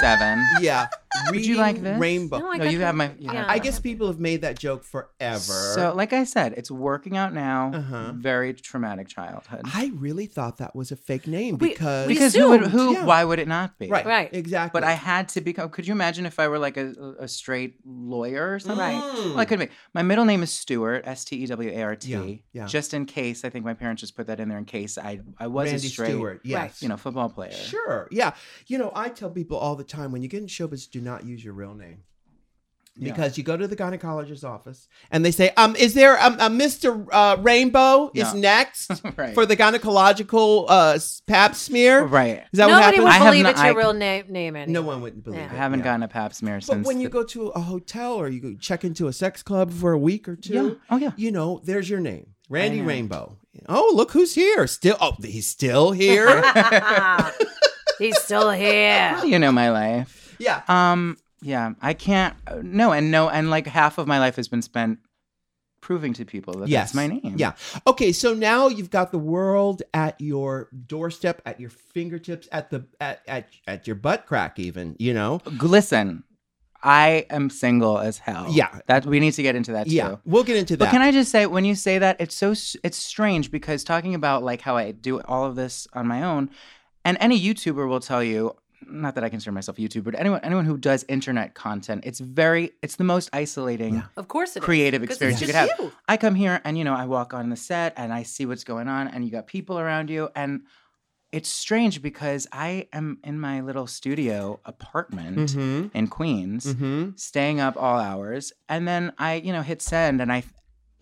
Speaker 3: seven.
Speaker 1: yeah. Reading
Speaker 3: [LAUGHS] Would you like this?
Speaker 1: Rainbow.
Speaker 2: No, I
Speaker 3: No,
Speaker 2: got
Speaker 3: you
Speaker 2: the-
Speaker 3: have my. you have
Speaker 2: yeah.
Speaker 3: my-
Speaker 1: I guess people have made that joke forever.
Speaker 3: So, like I said, it's working out now.
Speaker 1: Uh-huh.
Speaker 3: Very traumatic childhood.
Speaker 1: I really thought that was a fake name
Speaker 2: We-
Speaker 1: because
Speaker 2: we-
Speaker 3: because who would?
Speaker 2: assumed,
Speaker 3: Who?
Speaker 1: yeah.
Speaker 3: Why would it not be?
Speaker 1: right,
Speaker 2: Right.
Speaker 1: exactly.
Speaker 3: But I had to become. Could you imagine if I were like a, a straight lawyer or something?
Speaker 2: Right.
Speaker 1: Mm.
Speaker 3: Well, I could be. My middle name is Stewart, S T E W A R T.
Speaker 1: Yeah, yeah.
Speaker 3: Just in case, I think my parents just put that in there in case I I was
Speaker 1: Randy
Speaker 3: a straight,
Speaker 1: Stewart. Yes,
Speaker 3: you know, football player.
Speaker 1: Sure. Yeah. You know, I tell people all the time when you get in showbiz, do not use your real name.
Speaker 3: Yeah.
Speaker 1: Because you go to the gynecologist's office and they say, um, is there um, a Mr. Uh, Rainbow
Speaker 3: Yeah.
Speaker 1: is next
Speaker 3: [LAUGHS] Right.
Speaker 1: for the gynecological uh, s- pap smear?
Speaker 3: Right.
Speaker 1: Is that what
Speaker 2: Nobody
Speaker 1: happened?
Speaker 2: would
Speaker 3: I have
Speaker 2: believe
Speaker 3: no-
Speaker 2: it's your
Speaker 3: I-
Speaker 2: real name. Name anyway.
Speaker 1: no one would believe
Speaker 2: Yeah.
Speaker 1: it.
Speaker 3: I haven't
Speaker 1: yeah.
Speaker 3: gotten a pap smear
Speaker 1: But
Speaker 3: since.
Speaker 1: when you
Speaker 3: the-
Speaker 1: go to a hotel or you go check into a sex club for a week or two,
Speaker 3: yeah. Oh yeah.
Speaker 1: you know, there's your name, Randy
Speaker 3: know.
Speaker 1: Rainbow. Oh, look who's here! Still, oh, he's still here.
Speaker 3: [LAUGHS]
Speaker 2: [LAUGHS] He's still here.
Speaker 3: You know my life.
Speaker 1: yeah,
Speaker 3: Um, yeah, I can't. uh, No, and no, and like half of my life has been spent proving to people that
Speaker 1: yes,
Speaker 3: that's my name.
Speaker 1: Yeah. Okay, so now you've got the world at your doorstep, at your fingertips, at the at at, at your butt crack, even. You know.
Speaker 3: G- Listen, I am single as hell.
Speaker 1: Yeah.
Speaker 3: that we need to get into that too.
Speaker 1: Yeah, we'll get into that.
Speaker 3: But can I just say, when you say that, it's so s- it's strange because talking about like how I do all of this on my own, and any YouTuber will tell you, not that I consider myself a YouTuber, but anyone anyone who does internet content, it's very it's the most isolating.
Speaker 1: Yeah.
Speaker 2: Of course it is.
Speaker 3: Creative
Speaker 2: 'Cause
Speaker 3: experience
Speaker 2: it's
Speaker 3: you could
Speaker 2: just
Speaker 3: have.
Speaker 2: you.
Speaker 3: I come here and you know I walk on the set and I see what's going on and you got people around you and it's strange because I am in my little studio apartment
Speaker 1: Mm-hmm.
Speaker 3: in Queens
Speaker 1: Mm-hmm.
Speaker 3: staying up all hours and then I you know hit send and I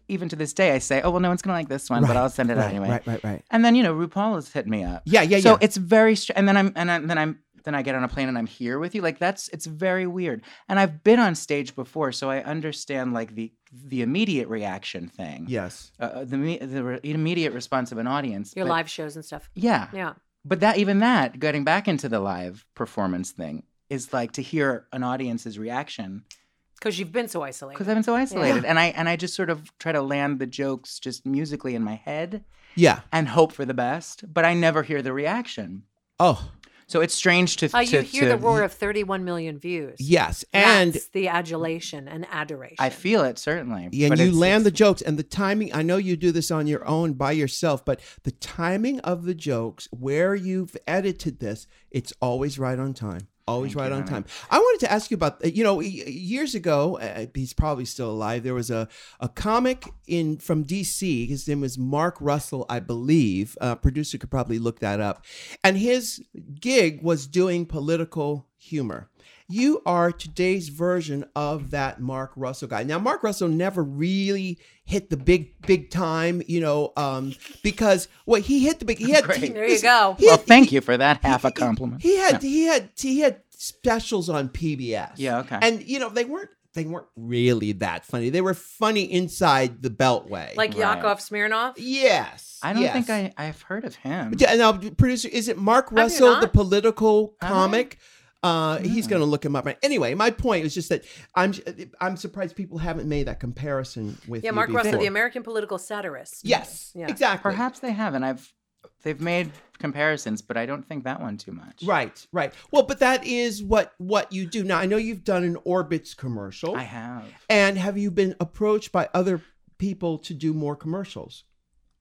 Speaker 3: even to this day I say oh well no one's going to like this one but I'll send it out
Speaker 1: Right,
Speaker 3: anyway.
Speaker 1: right, right, right.
Speaker 3: And then you know RuPaul has hit me up.
Speaker 1: Yeah, yeah,
Speaker 3: so
Speaker 1: yeah.
Speaker 3: it's very str- and then I'm and I'm, then I'm then I get on a plane and I'm here with you. Like that's it's very weird. And I've been on stage before so I understand like the the immediate reaction thing
Speaker 1: yes.
Speaker 3: uh, the me- the re- immediate response of an audience.
Speaker 2: Your
Speaker 3: but-
Speaker 2: live shows and stuff.
Speaker 3: yeah.
Speaker 2: Yeah.
Speaker 3: But that even that getting back into the live performance thing is like to hear an audience's reaction
Speaker 2: Because you've been so
Speaker 3: because
Speaker 2: isolated.
Speaker 3: I've been so isolated, and I and I just sort of try to land the jokes just musically in my head
Speaker 1: Yeah.
Speaker 3: and hope for the best, but I never hear the reaction.
Speaker 1: Oh,
Speaker 3: So it's strange to,
Speaker 2: Uh, you
Speaker 3: to-
Speaker 2: hear
Speaker 3: to-
Speaker 2: the roar of 31 million views.
Speaker 1: yes. And
Speaker 2: That's the adulation and adoration.
Speaker 3: I feel it certainly,
Speaker 1: and
Speaker 3: but
Speaker 1: you
Speaker 3: it's-
Speaker 1: land the
Speaker 3: it's-
Speaker 1: jokes and the timing i know you do this on your own by yourself but the timing of the jokes where you've edited this it's always right on time always
Speaker 3: Thank you,
Speaker 1: right on
Speaker 3: honey.
Speaker 1: time i wanted to ask you about uh, you know y- years ago uh, he's probably still alive there was a, a comic in from dc his name was mark russell i believe uh, producer could probably look that up and his gig was doing political humor you are today's version of that Mark Russell guy. Now, Mark Russell never really hit the big, big time, you know, um, because well, he hit the big. He had
Speaker 3: Great.
Speaker 1: he-
Speaker 2: There you go.
Speaker 1: He
Speaker 3: well,
Speaker 1: had,
Speaker 3: thank you for that half a compliment.
Speaker 1: he had he had he had specials on PBS.
Speaker 3: Yeah, okay.
Speaker 1: and you know they weren't they weren't really that funny. They were funny inside the Beltway.
Speaker 2: like
Speaker 3: Right.
Speaker 2: Yakov Smirnov.
Speaker 1: yes,
Speaker 3: I don't
Speaker 1: yes.
Speaker 3: think I I've heard of him.
Speaker 1: Yeah, now producer is it Mark
Speaker 2: you
Speaker 1: Russell,
Speaker 2: not?
Speaker 1: the political
Speaker 3: I-
Speaker 1: comic? Uh, he's going to look him up. Right. Anyway, my point was just that I'm I'm surprised people haven't made that comparison with
Speaker 2: Yeah,
Speaker 1: you
Speaker 2: Mark Russell,
Speaker 1: before.
Speaker 2: the American political satirist.
Speaker 1: Yes,
Speaker 2: Yeah.
Speaker 1: exactly.
Speaker 3: Perhaps they have, and I've they've made comparisons, but I don't think that one too much.
Speaker 1: Right, right. Well, but that is what what you do now. I know you've done an Orbitz commercial,
Speaker 3: I have.
Speaker 1: and have you been approached by other people to do more commercials?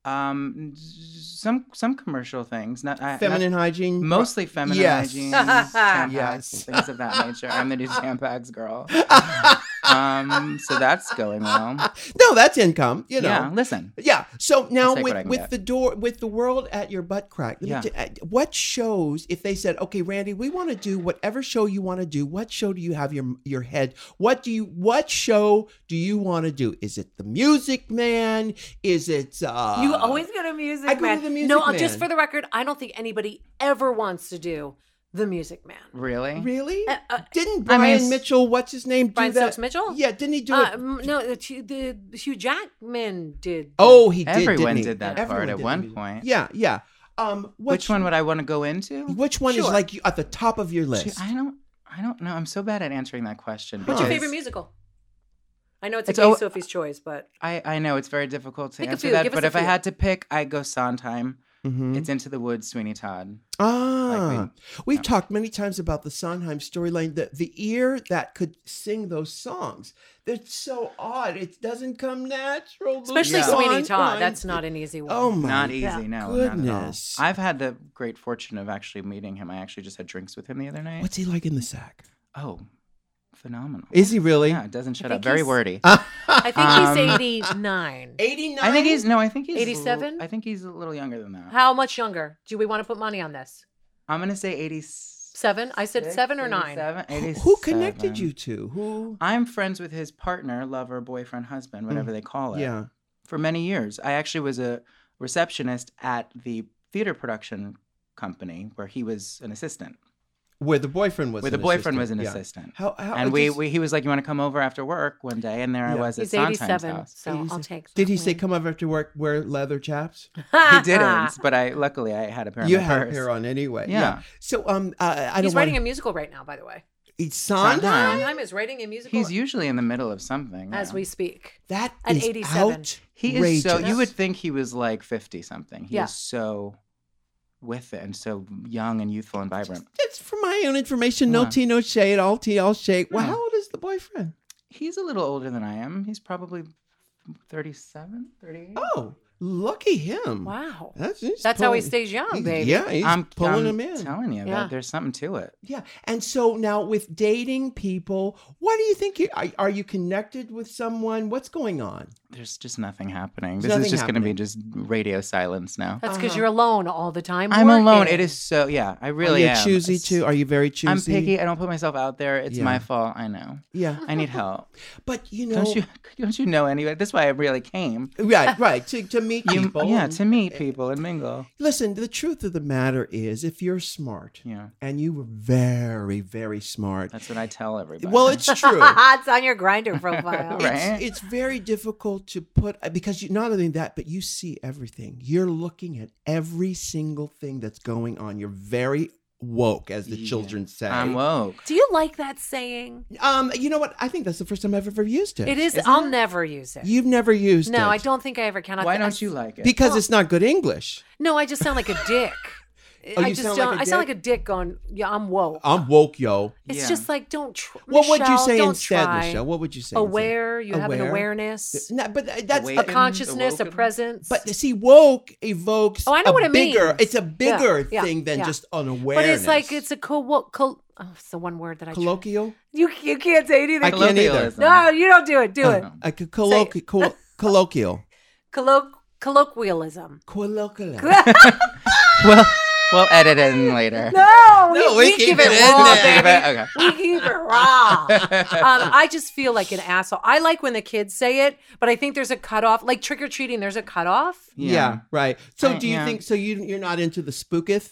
Speaker 3: Um, some some commercial things, not I, not-
Speaker 1: Feminine hygiene,
Speaker 3: mostly feminine
Speaker 1: Yes. [LAUGHS]
Speaker 3: hygiene, tampons,
Speaker 1: Yes.
Speaker 3: things of that nature. I'm the new
Speaker 1: [LAUGHS]
Speaker 3: tampax girl. um, so that's going well.
Speaker 1: No, that's income. You know.
Speaker 3: yeah, listen.
Speaker 1: Yeah. So now
Speaker 3: take what
Speaker 1: with
Speaker 3: I can
Speaker 1: with
Speaker 3: get.
Speaker 1: the door with the world at your butt crack. let me
Speaker 3: Yeah.
Speaker 1: t- uh, what shows if they said, "Okay, Randy, we want to do whatever show you want to do. What show do you have your your head? What do you what show do you want to do? Is it The Music Man? Is it uh
Speaker 2: You always go to Music
Speaker 1: I go to
Speaker 2: Man.
Speaker 1: the Music
Speaker 2: no, uh, just
Speaker 1: Man.
Speaker 2: for the record, I don't think anybody ever wants to do the Music Man.
Speaker 3: Really?
Speaker 1: Really?
Speaker 2: Uh, uh,
Speaker 1: didn't
Speaker 3: I mean,
Speaker 1: Brian
Speaker 3: it's-
Speaker 1: Mitchell, what's his name, do
Speaker 2: Brian
Speaker 1: that?
Speaker 2: Stokes Mitchell?
Speaker 1: Yeah, didn't he do
Speaker 2: Uh,
Speaker 1: it?
Speaker 2: m- no, the, Hugh- the Hugh Jackman did.
Speaker 1: Oh, he did.
Speaker 3: Everyone
Speaker 1: didn't he?
Speaker 3: did that
Speaker 1: Everyone
Speaker 3: part at
Speaker 1: did
Speaker 3: one
Speaker 1: The Music-
Speaker 3: point.
Speaker 1: Yeah, yeah. Um, what
Speaker 3: Which one would I want to go into?
Speaker 1: Which one is
Speaker 2: Sure.
Speaker 1: like you- at the top of your
Speaker 3: Gee,
Speaker 1: list?
Speaker 3: I don't. I don't know. I'm so bad at answering that question.
Speaker 1: What's
Speaker 2: What's your
Speaker 3: because-
Speaker 2: favorite musical? I know it's a
Speaker 3: It's
Speaker 2: gay
Speaker 3: al-
Speaker 2: Sophie's choice, but
Speaker 3: I, I know it's very difficult to
Speaker 2: Pick a
Speaker 3: answer
Speaker 2: few,
Speaker 3: that,
Speaker 2: give us
Speaker 3: but
Speaker 2: a
Speaker 3: if I
Speaker 2: few.
Speaker 3: had to pick, I'd go Sondheim.
Speaker 1: Mhm.
Speaker 3: It's Into the Woods, Sweeney Todd.
Speaker 1: Ah,
Speaker 3: Like
Speaker 1: we, have talked many times about the Sondheim storyline. The the ear that could sing those songs. That's so odd. It doesn't come natural. the
Speaker 2: especially
Speaker 3: Yeah.
Speaker 2: Sweeney
Speaker 1: one
Speaker 2: Todd.
Speaker 1: time.
Speaker 2: That's not an easy one.
Speaker 1: Oh my.
Speaker 3: Not easy,
Speaker 2: Yeah.
Speaker 3: no. not at all.
Speaker 1: Goodness.
Speaker 3: I've had the great fortune of actually meeting him. I actually just had drinks with him the other night.
Speaker 1: What's he like in the sack?
Speaker 3: Oh, phenomenal.
Speaker 1: Is he really?
Speaker 3: Yeah, it doesn't shut
Speaker 2: think
Speaker 3: up. Very
Speaker 2: he's-
Speaker 3: wordy.
Speaker 1: [LAUGHS]
Speaker 2: I think
Speaker 3: Um,
Speaker 2: he's 89.
Speaker 1: 89.
Speaker 3: I think he's no. I think he's a little-
Speaker 2: 87?
Speaker 3: I think he's a little younger than that.
Speaker 2: How much younger? Do we want to put money on this?
Speaker 3: I'm gonna say eighty-seven.
Speaker 2: Seven? I said seven or nine.
Speaker 1: Who- Who connected you to? Who?
Speaker 3: I'm friends with his partner, lover, boyfriend, husband, whatever they call it.
Speaker 1: Mm. Yeah.
Speaker 3: For many years, I actually was a receptionist at the theater production company where he was an assistant.
Speaker 1: Where the boyfriend was.
Speaker 3: where
Speaker 1: an
Speaker 3: the boyfriend was an
Speaker 1: assistant. Yeah.
Speaker 3: assistant.
Speaker 1: How? how
Speaker 3: and we,
Speaker 1: just-
Speaker 3: we he was like, "You want to come over after work one day?" And there I
Speaker 1: Yeah.
Speaker 3: was at
Speaker 2: He's
Speaker 3: Sondheim's
Speaker 2: 87,
Speaker 3: house.
Speaker 2: so I'll
Speaker 1: 87.
Speaker 2: take
Speaker 1: Did he
Speaker 2: [LAUGHS]
Speaker 1: say come over after work? Wear leather chaps.
Speaker 2: come? [LAUGHS]
Speaker 3: He didn't, but I luckily I had a pair.
Speaker 1: You
Speaker 3: on my
Speaker 1: have
Speaker 3: purse.
Speaker 1: hair on anyway.
Speaker 3: Yeah.
Speaker 1: So um, uh, I don't
Speaker 2: He's writing
Speaker 1: want.
Speaker 2: a musical right now, by the way.
Speaker 1: It's Sondheim.
Speaker 2: Sondheim is writing a musical
Speaker 3: He's usually in the middle of something
Speaker 2: as
Speaker 3: yeah.
Speaker 2: we speak.
Speaker 1: That
Speaker 2: At
Speaker 1: is
Speaker 2: 87.
Speaker 3: He is so.
Speaker 1: outrageous.
Speaker 3: You would think he was like fifty something. He
Speaker 2: Yeah.
Speaker 3: is so with it and so young and youthful and vibrant.
Speaker 1: It's for my own information. No
Speaker 3: Yeah.
Speaker 1: tea, no shade. All tea, all shade. Well,
Speaker 3: Yeah.
Speaker 1: how old is the boyfriend?
Speaker 3: He's a little older than I am. He's probably 37, 38.
Speaker 1: Oh, lucky him.
Speaker 2: Wow.
Speaker 1: Hmm. That's, he's
Speaker 2: That's how he
Speaker 1: pulling-
Speaker 2: stays young,
Speaker 1: he's-
Speaker 2: baby.
Speaker 1: Yeah, he's
Speaker 3: I'm
Speaker 1: pulling him
Speaker 3: I'm
Speaker 1: in.
Speaker 3: Telling you,
Speaker 2: Yeah.
Speaker 3: that there's something to it.
Speaker 1: Yeah. And so now with dating people, what do you think? You, are, are you connected with someone? What's going on?
Speaker 3: There's just nothing happening.
Speaker 1: There's
Speaker 3: this
Speaker 1: nothing
Speaker 3: is just going to
Speaker 1: happening.
Speaker 3: be just radio silence now.
Speaker 2: That's because
Speaker 1: Uh-huh.
Speaker 2: you're alone all the time.
Speaker 3: I'm alone.
Speaker 2: working. [LAUGHS]
Speaker 3: It is so. Yeah, I really
Speaker 1: are you
Speaker 3: am.
Speaker 1: choosy
Speaker 3: It's-
Speaker 1: too? Are you very choosy?
Speaker 3: I'm picky. I don't put myself out there. It's
Speaker 1: Yeah.
Speaker 3: my fault. I know.
Speaker 1: Yeah.
Speaker 3: I
Speaker 1: [LAUGHS]
Speaker 3: need help.
Speaker 1: But you know,
Speaker 3: Don't you? [LAUGHS] Don't you know anyway? That's why I really came.
Speaker 1: right, right. To, to meet
Speaker 3: [LAUGHS] You-
Speaker 1: people.
Speaker 3: yeah, to meet people and mingle.
Speaker 1: Listen, the truth of the matter is if you're smart
Speaker 3: Yeah,
Speaker 1: and you were very, very smart,
Speaker 2: [LAUGHS]
Speaker 3: that's what I tell everybody.
Speaker 1: well, it's true.
Speaker 2: it's on your grinder
Speaker 1: [LAUGHS]
Speaker 2: profile.
Speaker 3: Right.
Speaker 1: It's, it's very difficult to put uh, because you not only that, but you see everything. You're looking at every single thing that's going on. You're very woke, as the
Speaker 3: Yeah.
Speaker 1: children say.
Speaker 3: I'm woke.
Speaker 2: Do you like that saying?
Speaker 1: Um, you know what? I think that's the first time I've ever used it.
Speaker 2: It is.
Speaker 3: Isn't
Speaker 2: I'll
Speaker 3: it?
Speaker 2: never use it.
Speaker 1: You've never used it.
Speaker 2: no, I don't think I ever can. I
Speaker 3: Why
Speaker 2: th-
Speaker 3: don't
Speaker 2: I-
Speaker 3: you like
Speaker 1: [LAUGHS]
Speaker 3: it?
Speaker 1: Because it's not good English.
Speaker 2: No, I just sound like a dick.
Speaker 1: [LAUGHS] Oh,
Speaker 2: I
Speaker 1: you
Speaker 2: just
Speaker 1: sound like
Speaker 2: don't.
Speaker 1: a
Speaker 2: I sound like
Speaker 1: dick? Oh,
Speaker 2: a dick going. Yeah, I'm woke.
Speaker 1: I'm woke, yo.
Speaker 2: It's
Speaker 3: Yeah.
Speaker 2: just like don't. Tr-
Speaker 1: What would you
Speaker 2: Michelle,
Speaker 1: say
Speaker 2: don't
Speaker 1: instead,
Speaker 2: try.
Speaker 1: Michelle? What would you say? instead?
Speaker 2: Aware. You have an
Speaker 1: Aware?
Speaker 2: awareness,
Speaker 1: No, but th- that's
Speaker 2: a
Speaker 3: Awaken.
Speaker 2: consciousness, a
Speaker 3: Awoken.
Speaker 2: presence.
Speaker 1: but see, woke evokes.
Speaker 2: Oh, I know
Speaker 1: a
Speaker 2: what it
Speaker 1: bigger,
Speaker 2: means.
Speaker 1: It's a bigger
Speaker 2: yeah,
Speaker 1: thing than
Speaker 2: yeah.
Speaker 1: just unaware.
Speaker 2: but it's like it's a co. co- oh, it's the one word that I. tr-
Speaker 1: colloquial.
Speaker 2: you you can't say anything.
Speaker 1: I can't Oh. either.
Speaker 3: Colloquialism.
Speaker 2: No, you don't do it. Do it.
Speaker 3: No.
Speaker 1: Like a
Speaker 2: [LAUGHS]
Speaker 1: colloqui- col- colloquial.
Speaker 2: Colloq- colloquialism.
Speaker 1: Colloquial.
Speaker 3: Well, we'll edit it in later.
Speaker 2: No, we,
Speaker 1: No,
Speaker 2: we
Speaker 1: we keep
Speaker 2: give
Speaker 1: it
Speaker 2: it,
Speaker 1: in
Speaker 2: raw,
Speaker 1: there.
Speaker 2: baby.
Speaker 3: Okay.
Speaker 2: We keep it raw.
Speaker 3: [LAUGHS]
Speaker 2: um, I just feel like an asshole. I like when the kids say it, but I think there's a cutoff. Like trick or treating, there's a cutoff.
Speaker 1: Yeah. right. So
Speaker 3: Uh,
Speaker 1: do you
Speaker 3: yeah.
Speaker 1: think so? You you're not into the spooketh,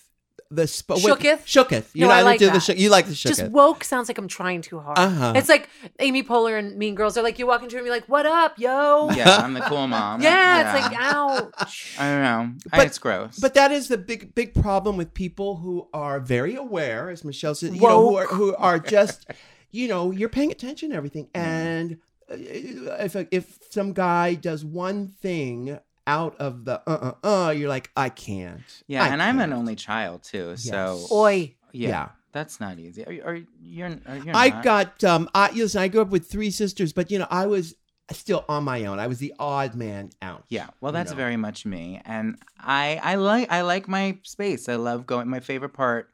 Speaker 1: the sp- wait,
Speaker 2: Shooketh?
Speaker 1: shooketh. You're
Speaker 2: No, I
Speaker 1: not
Speaker 2: like
Speaker 1: into
Speaker 2: that.
Speaker 1: the shook. You like the
Speaker 2: Just
Speaker 1: shooketh.
Speaker 2: woke sounds like I'm trying too hard.
Speaker 1: Uh-huh.
Speaker 2: It's like Amy Poehler and Mean Girls are like, you walk into a room, you're like, what up,
Speaker 3: [LAUGHS]
Speaker 2: yo? Yeah,
Speaker 3: Yeah, I'm the cool mom.
Speaker 2: it's like, ouch.
Speaker 3: I don't know. I,
Speaker 1: But-
Speaker 3: it's gross.
Speaker 1: But that is the big big problem with people who are very aware, as Michelle said, you know, who are
Speaker 2: Woke.
Speaker 1: who are
Speaker 3: [LAUGHS]
Speaker 1: just, you know, you're paying attention to everything. And uh, if if some guy does one thing out of the uh uh uh, you're like, I can't.
Speaker 3: yeah,
Speaker 1: I
Speaker 3: and I'm an
Speaker 1: can't."
Speaker 3: only child too, so
Speaker 1: Yes.
Speaker 2: Oi.
Speaker 3: yeah,
Speaker 1: yeah.
Speaker 3: that's not easy. Are, you- are you- you're, are you
Speaker 1: I
Speaker 3: not?
Speaker 1: got um I listen, I grew up with three sisters, but you know, I was still on my own. I was the odd man out.
Speaker 3: Yeah, well,
Speaker 1: you
Speaker 3: that's
Speaker 1: know.
Speaker 3: very much me, and I I like I like my space. I love going. My favorite part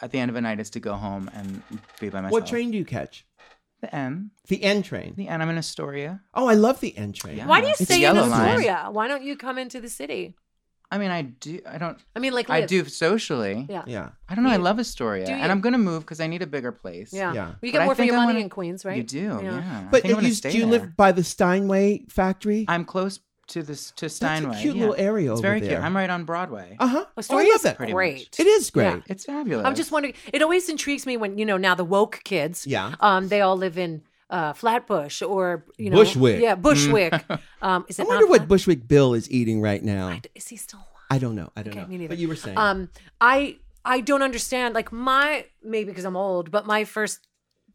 Speaker 3: at the end of a night is to go home and be by myself.
Speaker 1: What train do you catch?
Speaker 3: The N.
Speaker 1: The N train.
Speaker 3: The N. I'm in Astoria.
Speaker 1: Oh, I love the N train.
Speaker 3: Yeah.
Speaker 2: Why do you
Speaker 3: It's
Speaker 1: the
Speaker 2: stay in
Speaker 1: yellow line.
Speaker 2: Astoria? Why don't you come into the city?
Speaker 3: I mean, I do. I don't.
Speaker 2: I mean, like,
Speaker 3: I
Speaker 2: live.
Speaker 3: do socially.
Speaker 2: Yeah.
Speaker 1: Yeah.
Speaker 3: I don't know. I
Speaker 2: You-
Speaker 3: love Astoria,
Speaker 2: do you?
Speaker 3: and I'm gonna move because I need a bigger place.
Speaker 2: Yeah.
Speaker 1: Yeah.
Speaker 2: You
Speaker 3: But
Speaker 2: get
Speaker 3: I
Speaker 2: more for
Speaker 3: think
Speaker 2: your
Speaker 3: I
Speaker 2: money
Speaker 3: wanna-
Speaker 2: in Queens, right?
Speaker 3: You do. Yeah. Oh, I
Speaker 1: But
Speaker 3: think I'm gonna
Speaker 1: you,
Speaker 3: stay
Speaker 1: do you
Speaker 3: there.
Speaker 1: live by the Steinway factory?
Speaker 3: I'm close to this to Steinway.
Speaker 1: That's a cute
Speaker 3: yeah.
Speaker 1: little area
Speaker 3: It's
Speaker 1: over
Speaker 3: very
Speaker 1: there.
Speaker 3: cute. I'm right on Broadway.
Speaker 1: Uh huh.
Speaker 2: Astoria is
Speaker 1: that.
Speaker 3: pretty
Speaker 2: great.
Speaker 1: It is great.
Speaker 3: It's fabulous.
Speaker 2: I'm just wondering. It always intrigues me when you know now the woke kids.
Speaker 1: Yeah.
Speaker 2: Um, they all live in uh, Flatbush or you know
Speaker 1: Bushwick. Mm.
Speaker 2: Yeah, Bushwick.
Speaker 1: [LAUGHS]
Speaker 2: um, is it?
Speaker 1: I
Speaker 2: not
Speaker 1: wonder what
Speaker 2: Flat-
Speaker 1: Bushwick Bill is eating right now.
Speaker 2: Is he still? alive?
Speaker 1: I don't know. I don't
Speaker 2: Okay,
Speaker 1: know.
Speaker 2: me neither.
Speaker 1: But you were saying.
Speaker 2: Um, I I don't understand. Like my maybe because I'm old, but my first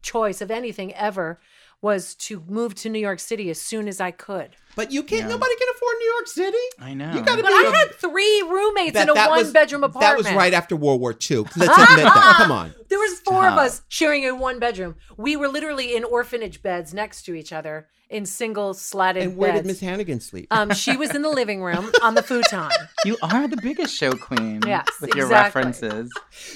Speaker 2: choice of anything ever was to move to New York City as soon as I could.
Speaker 1: But you can't.
Speaker 3: Yeah.
Speaker 1: Nobody can afford New York City.
Speaker 3: I know.
Speaker 1: You gotta
Speaker 2: But
Speaker 1: be.
Speaker 2: I
Speaker 1: a-
Speaker 2: had three roommates
Speaker 1: that-
Speaker 2: in a
Speaker 1: that was-
Speaker 2: one-bedroom
Speaker 1: That
Speaker 2: apartment.
Speaker 1: was right after World War II. Let's admit that. Come
Speaker 2: [LAUGHS]
Speaker 1: on.
Speaker 2: There was four of
Speaker 3: Stop.
Speaker 2: us sharing a one bedroom. We were literally in orphanage beds next to each other in single slatted
Speaker 1: And where
Speaker 2: beds.
Speaker 1: did Miss Hannigan sleep?
Speaker 2: um, she was in the
Speaker 1: [LAUGHS]
Speaker 2: living room on the futon.
Speaker 3: You are the biggest show queen.
Speaker 2: [LAUGHS] Yes,
Speaker 3: with your
Speaker 2: exactly.
Speaker 3: references.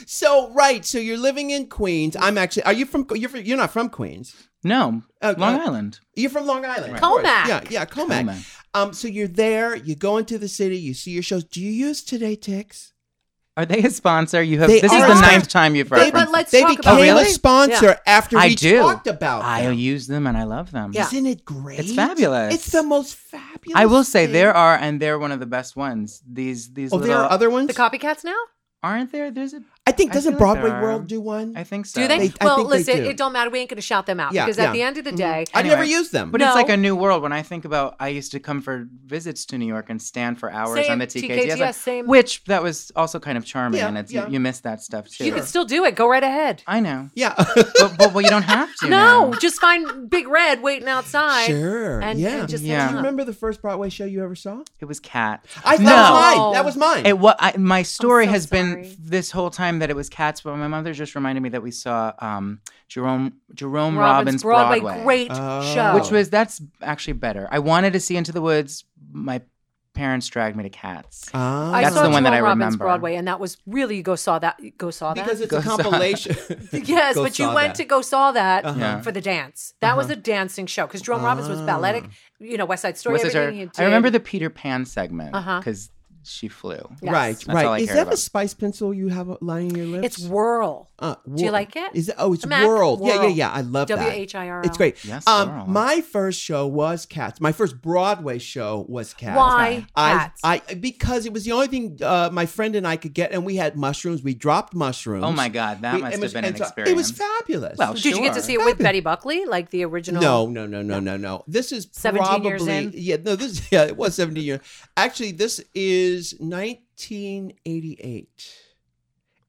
Speaker 1: so right. So you're living in Queens. I'm actually. Are you from? You're from, you're not from Queens.
Speaker 3: No,
Speaker 1: Uh,
Speaker 3: Long
Speaker 1: uh,
Speaker 3: Island.
Speaker 1: You're from Long Island.
Speaker 3: Right.
Speaker 1: of course.
Speaker 2: Comac.
Speaker 1: Yeah, yeah, Comac.
Speaker 3: Comac.
Speaker 1: Um, so you're there, you go into the city, you see your shows. Do you use Today Ticks?
Speaker 3: Are they a sponsor? You have.
Speaker 1: They
Speaker 3: this is
Speaker 1: are.
Speaker 3: the ninth time you've
Speaker 1: They-
Speaker 3: referenced.
Speaker 2: But let's
Speaker 1: they
Speaker 2: talk
Speaker 1: became
Speaker 2: about
Speaker 3: Oh,
Speaker 1: a
Speaker 3: really?
Speaker 1: sponsor after
Speaker 3: I
Speaker 1: we
Speaker 3: do.
Speaker 1: talked about
Speaker 3: I
Speaker 1: them.
Speaker 3: use them and I love them.
Speaker 2: Yeah.
Speaker 1: Isn't it great?
Speaker 3: It's fabulous.
Speaker 1: It's the most fabulous.
Speaker 3: I will say there
Speaker 1: thing.
Speaker 3: are, and they're one of the best ones. These these
Speaker 1: Oh,
Speaker 3: little
Speaker 1: there are other ones.
Speaker 2: The copycats now?
Speaker 3: aren't there? There's a.
Speaker 1: I think
Speaker 3: I
Speaker 1: doesn't
Speaker 3: feel like there
Speaker 1: Broadway
Speaker 3: are.
Speaker 1: World do one?
Speaker 3: I think so.
Speaker 2: Do they?
Speaker 1: They- I
Speaker 2: well,
Speaker 1: think they
Speaker 2: listen,
Speaker 1: do.
Speaker 2: it don't matter. We ain't going to shout them out
Speaker 1: Yeah,
Speaker 2: because
Speaker 1: yeah.
Speaker 2: at the end of the
Speaker 1: Mhm.
Speaker 2: day,
Speaker 1: I
Speaker 3: Anyway.
Speaker 1: never use them.
Speaker 3: But
Speaker 2: No.
Speaker 3: it's like a new world. When I think about, I used to come for visits to New York and stand for hours
Speaker 2: Same,
Speaker 3: on the TKTS,
Speaker 2: TKTS, same.
Speaker 3: which that was also kind of charming,
Speaker 1: Yeah,
Speaker 3: and it's
Speaker 1: yeah.
Speaker 3: you miss that stuff too.
Speaker 2: you can still do it. Go right ahead.
Speaker 3: I know, [LAUGHS]
Speaker 1: yeah.
Speaker 3: but, but well, you don't have
Speaker 2: [LAUGHS]
Speaker 3: to.
Speaker 2: No,
Speaker 3: now.
Speaker 2: just find Big Red waiting outside.
Speaker 1: sure.
Speaker 2: And,
Speaker 1: yeah.
Speaker 2: and just
Speaker 3: Yeah.
Speaker 2: hang
Speaker 1: Do you
Speaker 2: out.
Speaker 1: remember the first Broadway show you ever saw?
Speaker 3: it was cat.
Speaker 1: I
Speaker 3: no.
Speaker 1: that was mine. That was mine.
Speaker 3: It wa- I, my story
Speaker 2: so
Speaker 3: has
Speaker 2: sorry.
Speaker 3: been this whole time that it was cats, but my mother just reminded me that we saw um, Jerome Jerome Robbins,
Speaker 2: Broadway, great
Speaker 1: Oh.
Speaker 2: show.
Speaker 3: which was that's actually better. I wanted to see Into the Woods. My parents dragged me to Cats.
Speaker 1: Ah.
Speaker 2: I
Speaker 3: That's
Speaker 2: saw
Speaker 3: the one that I
Speaker 2: Jerome Robbins
Speaker 3: remember.
Speaker 2: Broadway, and that was really you go saw that you go saw that
Speaker 1: because it's
Speaker 3: Go
Speaker 1: a
Speaker 3: saw that. [LAUGHS]
Speaker 1: compilation. [LAUGHS]
Speaker 2: yes,
Speaker 1: Go
Speaker 2: but you
Speaker 1: saw
Speaker 2: went
Speaker 1: that.
Speaker 2: to go saw that
Speaker 1: Uh-huh.
Speaker 3: Yeah.
Speaker 2: for the dance. That was a dancing show because Jerome Robbins was balletic.
Speaker 1: Oh.
Speaker 2: You know, West Side Story.
Speaker 3: What's his-
Speaker 2: everything he did.
Speaker 3: I remember the Peter Pan segment
Speaker 2: Uh-huh.
Speaker 3: because she flew.
Speaker 2: Yes.
Speaker 1: Right,
Speaker 3: That's all I
Speaker 1: right. Is
Speaker 3: care
Speaker 1: that a
Speaker 3: about.
Speaker 1: spice pencil you have lying in your lips?
Speaker 2: It's whirl.
Speaker 1: Uh,
Speaker 2: Do you like it?
Speaker 1: Is it? Oh, it's
Speaker 2: Mac,
Speaker 1: World. Yeah, yeah,
Speaker 2: Whirl.
Speaker 1: yeah. I love that.
Speaker 2: W H I R L.
Speaker 1: It's great.
Speaker 3: Yes, Whirl.
Speaker 1: um, my first show was Cats. My first Broadway show was Cats.
Speaker 2: Why
Speaker 1: I,
Speaker 2: cats?
Speaker 1: I because it was the only thing uh, my friend and I could get, and we had mushrooms. We dropped mushrooms.
Speaker 3: Oh my God, that
Speaker 1: We-
Speaker 3: must
Speaker 1: it
Speaker 3: have
Speaker 1: was-
Speaker 3: been an
Speaker 1: and so
Speaker 3: experience.
Speaker 1: It was fabulous.
Speaker 3: Well,
Speaker 2: Did you get to
Speaker 3: Sure.
Speaker 2: see it with Betty Buckley, like the original?
Speaker 1: No, no, no, no, no, no. This is
Speaker 2: 17
Speaker 1: probably
Speaker 2: years in?
Speaker 1: yeah. No, this [LAUGHS] yeah, it was seventeen years. Actually, this is nineteen eighty-eight.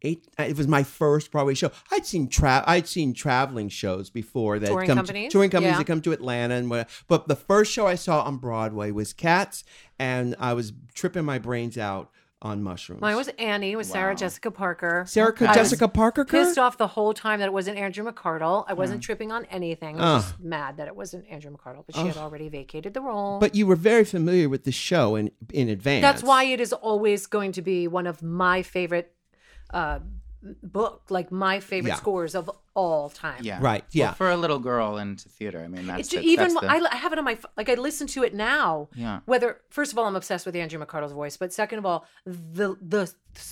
Speaker 1: Eight. uh, It was my first Broadway show. I'd seen tra- I'd seen traveling shows before that
Speaker 2: Touring
Speaker 1: come To,
Speaker 2: companies?
Speaker 1: touring companies
Speaker 2: Yeah.
Speaker 1: that come to Atlanta and what, but the first show I saw on Broadway was Cats, and I was tripping my brains out on mushrooms.
Speaker 2: Mine was Annie with Sarah
Speaker 3: Wow.
Speaker 2: Jessica Parker.
Speaker 1: Sarah
Speaker 3: I was
Speaker 1: Jessica Parker.
Speaker 2: Pissed off the whole time that it wasn't Andrew McCardle. I wasn't tripping on anything. I was
Speaker 1: Ugh.
Speaker 2: just mad that it wasn't Andrew McCardle, but she had already vacated the role.
Speaker 1: But you were very familiar with the show in in advance.
Speaker 2: That's why it is always going to be one of my favorite uh, book, like my favorite
Speaker 1: Yeah.
Speaker 2: scores of all time.
Speaker 3: yeah,
Speaker 1: Right,
Speaker 3: Well,
Speaker 1: yeah.
Speaker 3: for a little girl into theater, I mean, that's
Speaker 2: It's
Speaker 3: the-
Speaker 2: even
Speaker 3: that's the-
Speaker 2: I, I have it on my ph- like I listen to it now.
Speaker 3: Yeah.
Speaker 2: Whether first of all I'm obsessed with Andrew McCardle's voice, but second of all the the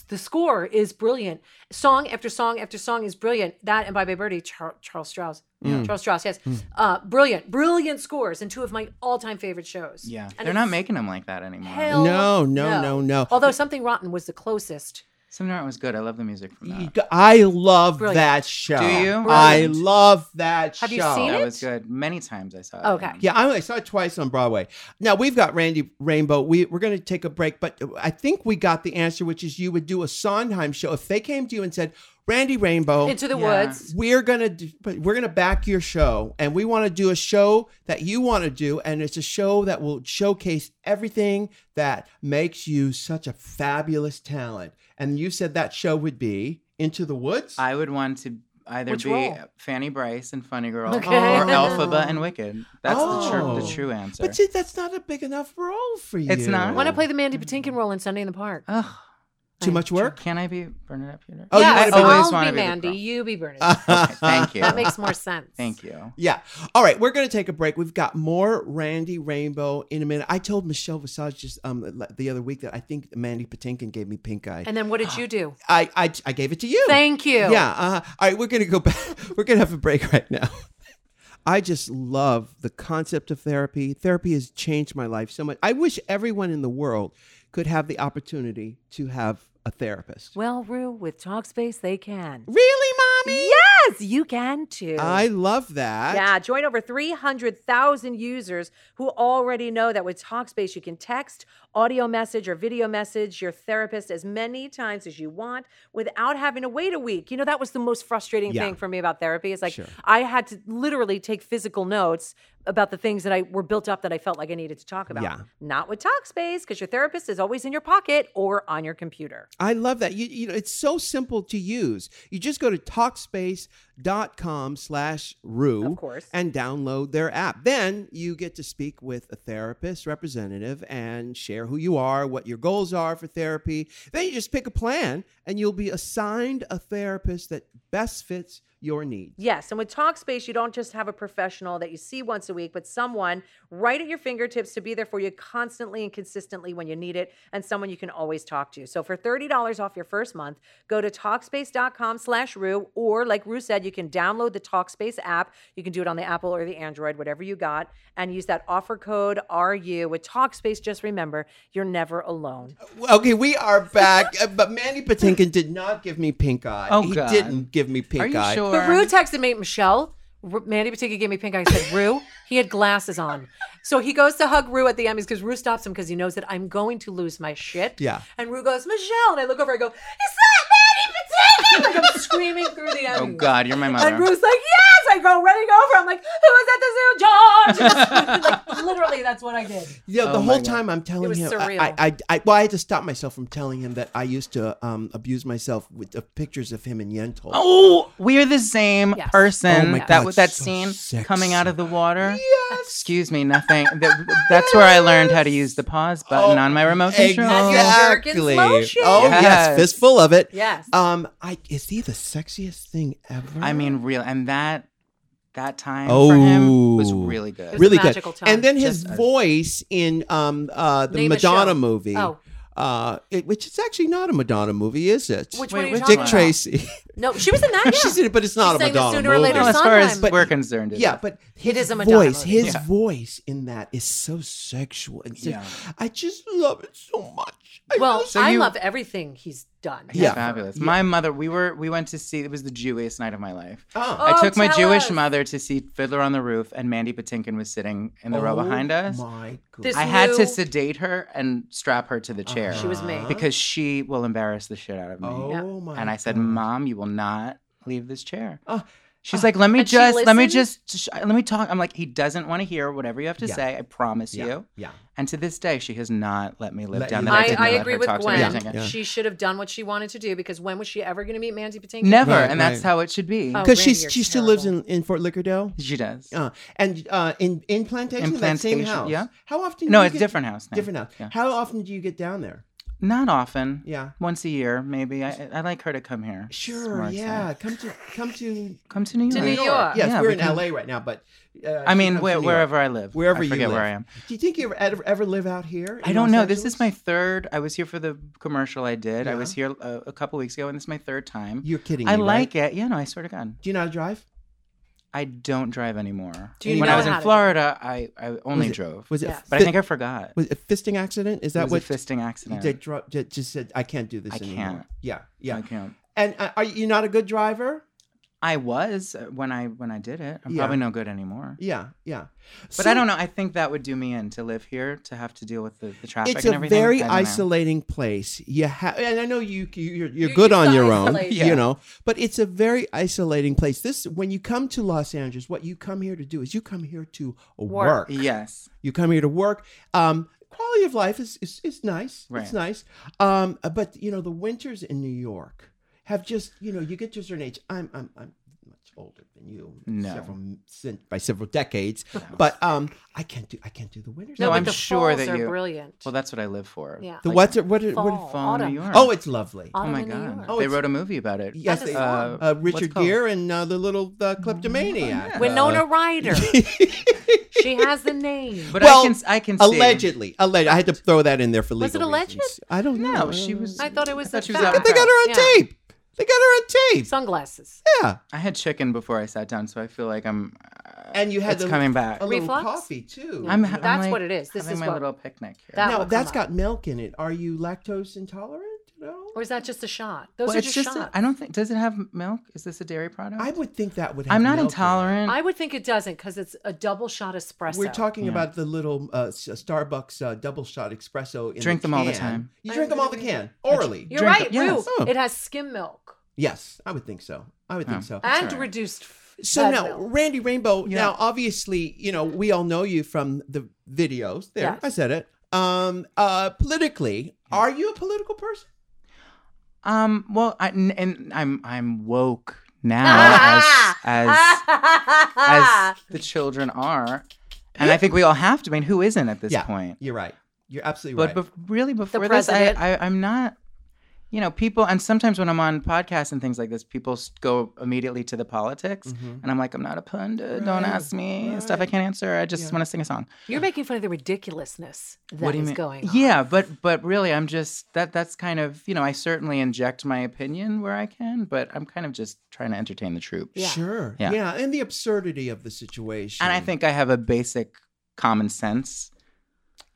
Speaker 2: the score is brilliant. Song after song after song is brilliant. That and Bye Bye Birdie, Char- Charles Strauss, Mm. Charles Strauss, yes,
Speaker 3: Hmm.
Speaker 2: uh, brilliant, brilliant scores and two of my all time favorite shows.
Speaker 3: yeah.
Speaker 2: And
Speaker 3: They're not
Speaker 2: it's-
Speaker 3: making them like that anymore.
Speaker 2: Hell
Speaker 1: No, no, no, no.
Speaker 2: Although something rotten was the closest.
Speaker 3: Seminar was good. I love the music from that.
Speaker 1: You go- I love
Speaker 2: Brilliant.
Speaker 1: that show.
Speaker 3: Do you?
Speaker 1: I
Speaker 3: Brilliant.
Speaker 1: love that
Speaker 2: Have
Speaker 1: show.
Speaker 2: you seen
Speaker 3: that
Speaker 2: it?
Speaker 3: was good. Many times I saw it.
Speaker 2: Okay.
Speaker 1: Yeah, I only saw it twice on Broadway. Now we've got Randy Rainbow. We we're going to take a break, but I think we got the answer, which is you would do a Sondheim show if they came to you and said, "Randy Rainbow,
Speaker 2: Into the
Speaker 3: Yeah.
Speaker 2: Woods.
Speaker 1: we're gonna do, we're gonna back your show, and we want to do a show that you want to do, and it's a show that will showcase everything that makes you such a fabulous talent." And you said that show would be Into the Woods.
Speaker 3: I would want to either
Speaker 2: Which
Speaker 3: be
Speaker 2: role?
Speaker 3: Fanny Bryce and Funny Girl
Speaker 2: Okay. [LAUGHS]
Speaker 3: or
Speaker 1: Oh.
Speaker 3: Elphaba and Wicked. That's the, true,
Speaker 1: Oh.
Speaker 3: the true answer.
Speaker 1: But see, that's not a big enough role for you.
Speaker 3: It's not?
Speaker 2: Want to play the Mandy Patinkin role in Sunday in the Park?
Speaker 3: Ugh.
Speaker 1: too much work?
Speaker 3: Can I be Bernadette Peter?
Speaker 1: Oh, you
Speaker 2: yes,
Speaker 1: wanna be-
Speaker 3: always
Speaker 2: I'll be,
Speaker 3: wanna be the
Speaker 2: Mandy.
Speaker 3: girl.
Speaker 2: You
Speaker 1: [LAUGHS]
Speaker 2: be Bernadette.
Speaker 1: Ah,
Speaker 2: [LAUGHS]
Speaker 3: Okay, thank you.
Speaker 2: that makes more sense.
Speaker 3: Thank you.
Speaker 1: Yeah. All right, we're going to take a break. We've got more Randy Rainbow in a minute. I told Michelle Visage just um l- the other week that I think Mandy Patinkin gave me pink eye.
Speaker 2: And then what did
Speaker 1: [GASPS]
Speaker 2: you do?
Speaker 1: I, I I gave it to you.
Speaker 2: Thank you.
Speaker 1: Yeah. Uh, all right, we're going to go back. [LAUGHS] We're going to have a break right now. [LAUGHS] I just love the concept of therapy. Therapy has changed my life so much. I wish everyone in the world could have the opportunity to have a therapist.
Speaker 2: Well, Rue, with Talkspace, they can.
Speaker 1: Really, mommy?
Speaker 2: Yes, you can too.
Speaker 1: I love that.
Speaker 2: yeah, join over 300,000 users who already know that with Talkspace, you can text audio message or video message your therapist as many times as you want without having to wait a week. You know, that was the most frustrating
Speaker 1: Yeah.
Speaker 2: thing for me about therapy. It's like
Speaker 1: Sure.
Speaker 2: I had to literally take physical notes about the things that I were built up that I felt like I needed to talk about.
Speaker 1: Yeah.
Speaker 2: Not with Talkspace, because your therapist is always in your pocket or on your computer.
Speaker 1: I love that. You, you know, it's so simple to use. You just go to talkspace.com slash rue
Speaker 2: Of course.
Speaker 1: and download their app. Then you get to speak with a therapist representative and share who you are, what your goals are for therapy. Then you just pick a plan and you'll be assigned a therapist that best fits your needs.
Speaker 2: Yes, and with Talkspace, you don't just have a professional that you see once a week, but someone right at your fingertips to be there for you constantly and consistently when you need it, and someone you can always talk to. So for $30 off your first month, go to Talkspace.com slash Rue, or like Rue said, you can download the Talkspace app. You can do it on the Apple or the Android, whatever you got, and use that offer code RU. With Talkspace, just remember, you're never alone.
Speaker 1: Okay, we are back. Uh, but Manny Patinkin did not give me pink eye.
Speaker 3: Oh,
Speaker 1: he
Speaker 3: God.
Speaker 1: didn't give me pink
Speaker 3: Are you
Speaker 1: eye.
Speaker 3: sure?
Speaker 2: But Rue texted me, Michelle. R- Mandy Patinkin gave me pink eye. He said, Rue, he had glasses on. So he goes to hug Rue at the Emmys because Rue stops him because he knows that I'm going to lose my shit.
Speaker 1: Yeah.
Speaker 2: And Rue goes, Michelle. And I look over, I go, It's not Mandy Patinkin. Like I'm screaming through the Emmys.
Speaker 3: Oh God, you're my
Speaker 2: And
Speaker 3: mother.
Speaker 2: Rue's like, yes! I go running over. I'm like, who was at the zoo, George? [LAUGHS] like, literally, that's what I did.
Speaker 1: Yeah, the
Speaker 3: Oh my
Speaker 1: whole
Speaker 3: God.
Speaker 1: time I'm telling
Speaker 2: was
Speaker 1: him,
Speaker 2: surreal.
Speaker 1: I, I, I, well, I had to stop myself from telling him that I used to um, abuse myself with the pictures of him and Yentl.
Speaker 3: Oh, we are the same
Speaker 2: Yes.
Speaker 3: person.
Speaker 1: Oh my
Speaker 3: that
Speaker 1: God,
Speaker 3: was that
Speaker 1: so
Speaker 3: scene
Speaker 1: sexy.
Speaker 3: coming out of the water.
Speaker 1: yes,
Speaker 3: Excuse me, nothing. Th- that's where I learned how to use the pause button
Speaker 1: Oh,
Speaker 3: on my remote control.
Speaker 2: That's your
Speaker 1: exactly. Oh
Speaker 2: jerk in slow
Speaker 1: yes,
Speaker 3: Yes.
Speaker 1: fistful of it.
Speaker 2: Yes.
Speaker 1: Um, I is he the sexiest thing ever?
Speaker 3: I mean, real, and that that time for him was
Speaker 1: Oh.
Speaker 3: really good.
Speaker 2: Really-
Speaker 1: really good.
Speaker 2: magical time.
Speaker 1: And then his
Speaker 3: Just a-
Speaker 1: voice in um uh the
Speaker 2: Name a
Speaker 1: Madonna
Speaker 2: show.
Speaker 1: movie.
Speaker 2: Oh.
Speaker 1: Uh, it, which is actually not a Madonna movie, is it?
Speaker 2: Which
Speaker 3: Wait,
Speaker 2: one are you
Speaker 3: which
Speaker 2: talking
Speaker 1: Dick
Speaker 2: about?
Speaker 3: one?
Speaker 1: Tracy.
Speaker 2: No, she was in that. Yeah.
Speaker 1: [LAUGHS] She's in it, but it's not a
Speaker 2: sang the
Speaker 1: Madonna
Speaker 2: Sooner or
Speaker 1: movie.
Speaker 2: Later
Speaker 3: well, as far as
Speaker 2: Sondheim. But-
Speaker 3: we're concerned, it
Speaker 1: Yeah,
Speaker 3: is.
Speaker 1: but
Speaker 2: It
Speaker 1: his
Speaker 2: is a Madonna
Speaker 1: voice,
Speaker 2: movie.
Speaker 1: his
Speaker 3: Yeah.
Speaker 1: voice in that is so sexual. And so-
Speaker 3: Yeah.
Speaker 1: I just love it so much. I
Speaker 2: Well,
Speaker 1: really-
Speaker 3: [GASPS]
Speaker 2: I
Speaker 3: you-
Speaker 2: love everything he's done.
Speaker 3: He's
Speaker 1: Yeah.
Speaker 3: fabulous. My mother, we were we went to see. It was the Jewiest night of my life.
Speaker 1: Oh.
Speaker 2: Oh,
Speaker 3: I took my
Speaker 2: tell
Speaker 3: Jewish
Speaker 2: us.
Speaker 3: mother to see Fiddler on the Roof, and Mandy Patinkin was sitting in the row
Speaker 1: Oh
Speaker 3: behind us.
Speaker 1: My God.
Speaker 2: This-
Speaker 3: I had
Speaker 2: new-
Speaker 3: to sedate her and strap her to the
Speaker 1: Uh-huh.
Speaker 3: chair
Speaker 2: She was me.
Speaker 3: because she will embarrass the shit out of me.
Speaker 1: oh
Speaker 2: Yeah.
Speaker 1: my
Speaker 3: and I said,
Speaker 1: God.
Speaker 3: "Mom, you will not leave this chair."
Speaker 1: Oh.
Speaker 3: She's like, "Let me
Speaker 2: And she
Speaker 3: just, let me
Speaker 2: listened?
Speaker 3: just, sh- let me talk." I'm like, "He doesn't want to hear whatever you have to
Speaker 1: Yeah.
Speaker 3: say. I promise
Speaker 1: yeah,
Speaker 3: you."
Speaker 1: Yeah.
Speaker 3: And to this day, she has not let me live
Speaker 1: Let
Speaker 3: down
Speaker 1: you
Speaker 3: that.
Speaker 1: live
Speaker 3: I,
Speaker 2: I,
Speaker 1: didn't
Speaker 3: didn't
Speaker 2: I
Speaker 3: let
Speaker 2: agree
Speaker 3: her
Speaker 2: with
Speaker 3: talk to
Speaker 2: Gwen.
Speaker 1: Yeah,
Speaker 3: Patinkin.
Speaker 1: yeah.
Speaker 2: She should have done what she wanted to do because when was she ever going to meet Mandy Patinkin?
Speaker 3: Never,
Speaker 1: Right,
Speaker 3: and that's
Speaker 1: right.
Speaker 3: how it should be.
Speaker 2: Oh.
Speaker 1: Because
Speaker 2: Randy,
Speaker 1: she's
Speaker 2: you're
Speaker 1: she still lives in,
Speaker 2: terrible.
Speaker 1: in Fort Lickerdale.
Speaker 3: She does.
Speaker 1: Uh, and uh, in in plantation,
Speaker 3: In
Speaker 1: that same
Speaker 3: Plantation,
Speaker 1: house.
Speaker 3: yeah.
Speaker 1: How often?
Speaker 3: no,
Speaker 1: do you
Speaker 3: it's
Speaker 1: get-
Speaker 3: different house now.
Speaker 1: Different house.
Speaker 3: Yeah.
Speaker 1: How often do you get down there?
Speaker 3: Not often.
Speaker 1: Yeah.
Speaker 3: Once a year, maybe. I, I like her to come here. It's more
Speaker 1: Sure.
Speaker 3: exciting.
Speaker 1: Yeah. Come to come to
Speaker 3: Come to New York.
Speaker 2: To New York.
Speaker 1: Yes,
Speaker 3: Uh, Yeah,
Speaker 1: we're
Speaker 3: we
Speaker 1: in
Speaker 3: can-
Speaker 1: LA right now, but uh,
Speaker 3: I
Speaker 1: she
Speaker 3: mean,
Speaker 1: comes
Speaker 3: where,
Speaker 1: to New
Speaker 3: wherever
Speaker 1: York.
Speaker 3: I live.
Speaker 1: wherever
Speaker 3: I
Speaker 1: you
Speaker 3: forget
Speaker 1: live.
Speaker 3: where I am.
Speaker 1: Do you think you ever ever live out here? in
Speaker 3: I don't
Speaker 1: Los
Speaker 3: know. This
Speaker 1: Angeles?
Speaker 3: is my third. I was here for the commercial I did. I
Speaker 1: Yeah.
Speaker 3: was here a, a couple weeks ago, and this is my third time.
Speaker 1: You're kidding.
Speaker 3: I
Speaker 1: me,
Speaker 3: like
Speaker 1: right?
Speaker 3: it. Yeah, no, I swear to God,
Speaker 1: Do you know how to drive?
Speaker 3: I don't drive anymore.
Speaker 2: Do you
Speaker 3: when
Speaker 2: know
Speaker 3: I was
Speaker 2: how
Speaker 3: in
Speaker 2: to drive?
Speaker 3: Florida, I, I
Speaker 1: Was
Speaker 3: only
Speaker 1: it-
Speaker 3: drove.
Speaker 1: Was it?
Speaker 2: Yes.
Speaker 3: but I
Speaker 1: fi-
Speaker 3: think I forgot.
Speaker 1: was it a fisting accident? Is
Speaker 3: it
Speaker 1: that
Speaker 3: was
Speaker 1: what?
Speaker 3: a fisting accident.
Speaker 1: They dro- ju- just said, "I can't do this
Speaker 3: I
Speaker 1: anymore."
Speaker 3: can't.
Speaker 1: Yeah, yeah.
Speaker 3: I can't.
Speaker 1: And uh, are you not a good driver?
Speaker 3: I was uh, when I when I did it. I'm
Speaker 1: Yeah.
Speaker 3: probably no good anymore.
Speaker 1: Yeah, yeah.
Speaker 3: But I don't know. I think that would do me in to live here to have to deal with the, the traffic
Speaker 1: It's
Speaker 3: and
Speaker 1: a
Speaker 3: everything. I
Speaker 1: very
Speaker 3: don't know.
Speaker 1: isolating place. You have, and I know you you- you're, you're
Speaker 2: You're
Speaker 1: good
Speaker 2: used
Speaker 1: on
Speaker 2: to
Speaker 1: your own,
Speaker 2: isolation.
Speaker 3: Yeah.
Speaker 1: you know. But it's a very isolating place. This when you come to Los Angeles, what you come here to do is you come here to work.
Speaker 2: Work.
Speaker 3: Yes.
Speaker 1: You come here to work. Um, quality of life is is, is nice.
Speaker 3: Right.
Speaker 1: It's nice. Um, uh, but you know the winters in New York have just you know you get to a certain age. I'm I'm I'm much older than you.
Speaker 3: No.
Speaker 1: Several, sin- by several decades. But um, I can't do I can't do the winters.
Speaker 3: No,
Speaker 2: but
Speaker 3: I'm
Speaker 2: the
Speaker 3: sure
Speaker 2: falls
Speaker 3: that
Speaker 2: are
Speaker 3: you-
Speaker 2: brilliant.
Speaker 3: Well, that's what I live for.
Speaker 2: Yeah.
Speaker 1: the
Speaker 3: Like,
Speaker 1: what's it? What? it- what
Speaker 2: Fall,
Speaker 3: fall in
Speaker 2: autumn.
Speaker 3: New York.
Speaker 1: oh, it's lovely.
Speaker 3: Oh
Speaker 2: Autumn
Speaker 3: my
Speaker 2: in New
Speaker 3: God!
Speaker 2: York.
Speaker 1: Oh,
Speaker 3: they
Speaker 1: it's-
Speaker 3: wrote a movie about it.
Speaker 1: Yes,
Speaker 2: That's
Speaker 1: they,
Speaker 2: a song.
Speaker 1: uh,
Speaker 3: what's
Speaker 1: Richard
Speaker 3: called?
Speaker 1: Gere and uh, the little uh, kleptomaniac.
Speaker 3: yeah.
Speaker 2: Winona
Speaker 1: Uh,
Speaker 3: [LAUGHS]
Speaker 2: Ryder. she has the name.
Speaker 3: But
Speaker 1: Well,
Speaker 3: I can I can Uh, see.
Speaker 1: allegedly, alleged. I had to throw that in there for
Speaker 2: Was
Speaker 1: legal
Speaker 2: it alleged?
Speaker 1: reasons. I don't know.
Speaker 3: No, she was.
Speaker 2: I thought it was
Speaker 3: I thought
Speaker 2: a
Speaker 3: she was
Speaker 2: fact.
Speaker 3: out in
Speaker 1: They got her on
Speaker 2: Yeah.
Speaker 1: tape. They got her on tape.
Speaker 2: Sunglasses.
Speaker 1: Yeah.
Speaker 3: I had chicken before I sat down, so I feel like I'm. Uh,
Speaker 1: And you had
Speaker 3: it's
Speaker 1: the-
Speaker 3: coming back.
Speaker 1: A little
Speaker 2: Reflux?
Speaker 1: coffee too.
Speaker 3: I'm,
Speaker 2: That's
Speaker 3: I'm, like,
Speaker 2: what it is. This
Speaker 3: having
Speaker 2: is
Speaker 3: my
Speaker 2: what-
Speaker 3: little picnic here.
Speaker 2: That-
Speaker 1: now
Speaker 2: will come
Speaker 1: that's
Speaker 2: up.
Speaker 1: got milk in it. Are you lactose intolerant? No.
Speaker 2: Or is that just a shot? Those
Speaker 3: well,
Speaker 2: are
Speaker 3: it's
Speaker 2: just,
Speaker 3: just.
Speaker 2: shots.
Speaker 3: I I don't think. Does it have milk? Is this a dairy
Speaker 2: Mm.
Speaker 3: product?
Speaker 1: I would think that would. Have
Speaker 3: I'm not
Speaker 1: milk in it.
Speaker 3: intolerant.
Speaker 2: I would think it doesn't because it's a double shot espresso.
Speaker 1: We're talking
Speaker 3: Yeah.
Speaker 1: about the little uh, s- Starbucks uh, double shot espresso. In
Speaker 3: Drink
Speaker 1: the
Speaker 3: them all the
Speaker 1: can.
Speaker 3: time.
Speaker 1: You drink them all the can orally.
Speaker 2: You're
Speaker 3: Drink
Speaker 2: right,
Speaker 3: it- yes.
Speaker 2: Rue. It has skim milk
Speaker 1: Yes, I would think so. I would think so.
Speaker 2: and
Speaker 3: right.
Speaker 2: reduced. f-
Speaker 1: So
Speaker 2: fed
Speaker 3: [LAUGHS]
Speaker 1: now,
Speaker 2: milk.
Speaker 1: Randy Rainbow.
Speaker 3: Oh. Yeah.
Speaker 1: Now, obviously, you know we all know you from the videos. There,
Speaker 2: Yes.
Speaker 1: I said it. Um, uh, politically, are you a political person?
Speaker 3: Um. Well, I, n- and I'm I'm woke
Speaker 2: [LAUGHS]
Speaker 3: now as as as the children are, and I think we all have to. I mean, who isn't at this
Speaker 1: Yeah.
Speaker 3: point?
Speaker 1: You're right. You're absolutely
Speaker 3: But
Speaker 1: right.
Speaker 3: bef- really, before this, I,
Speaker 2: president.
Speaker 3: I I'm not. You know, people, and sometimes when I'm on podcasts and things like this, people s- go immediately to the politics,
Speaker 1: Mm-hmm.
Speaker 3: and I'm like, I'm not a pundit. Don't ask me stuff I can't answer. I just want to sing a song.
Speaker 2: [LAUGHS] You're making fun of the ridiculousness that is going. on.
Speaker 3: Yeah, but but really, I'm just that. That's kind of you know, I certainly inject my opinion where I can, but I'm kind of just trying to entertain the troop.
Speaker 2: Yeah.
Speaker 1: Sure. Yeah.
Speaker 3: Yeah.
Speaker 1: and the absurdity of the situation.
Speaker 3: And I think I have a basic common sense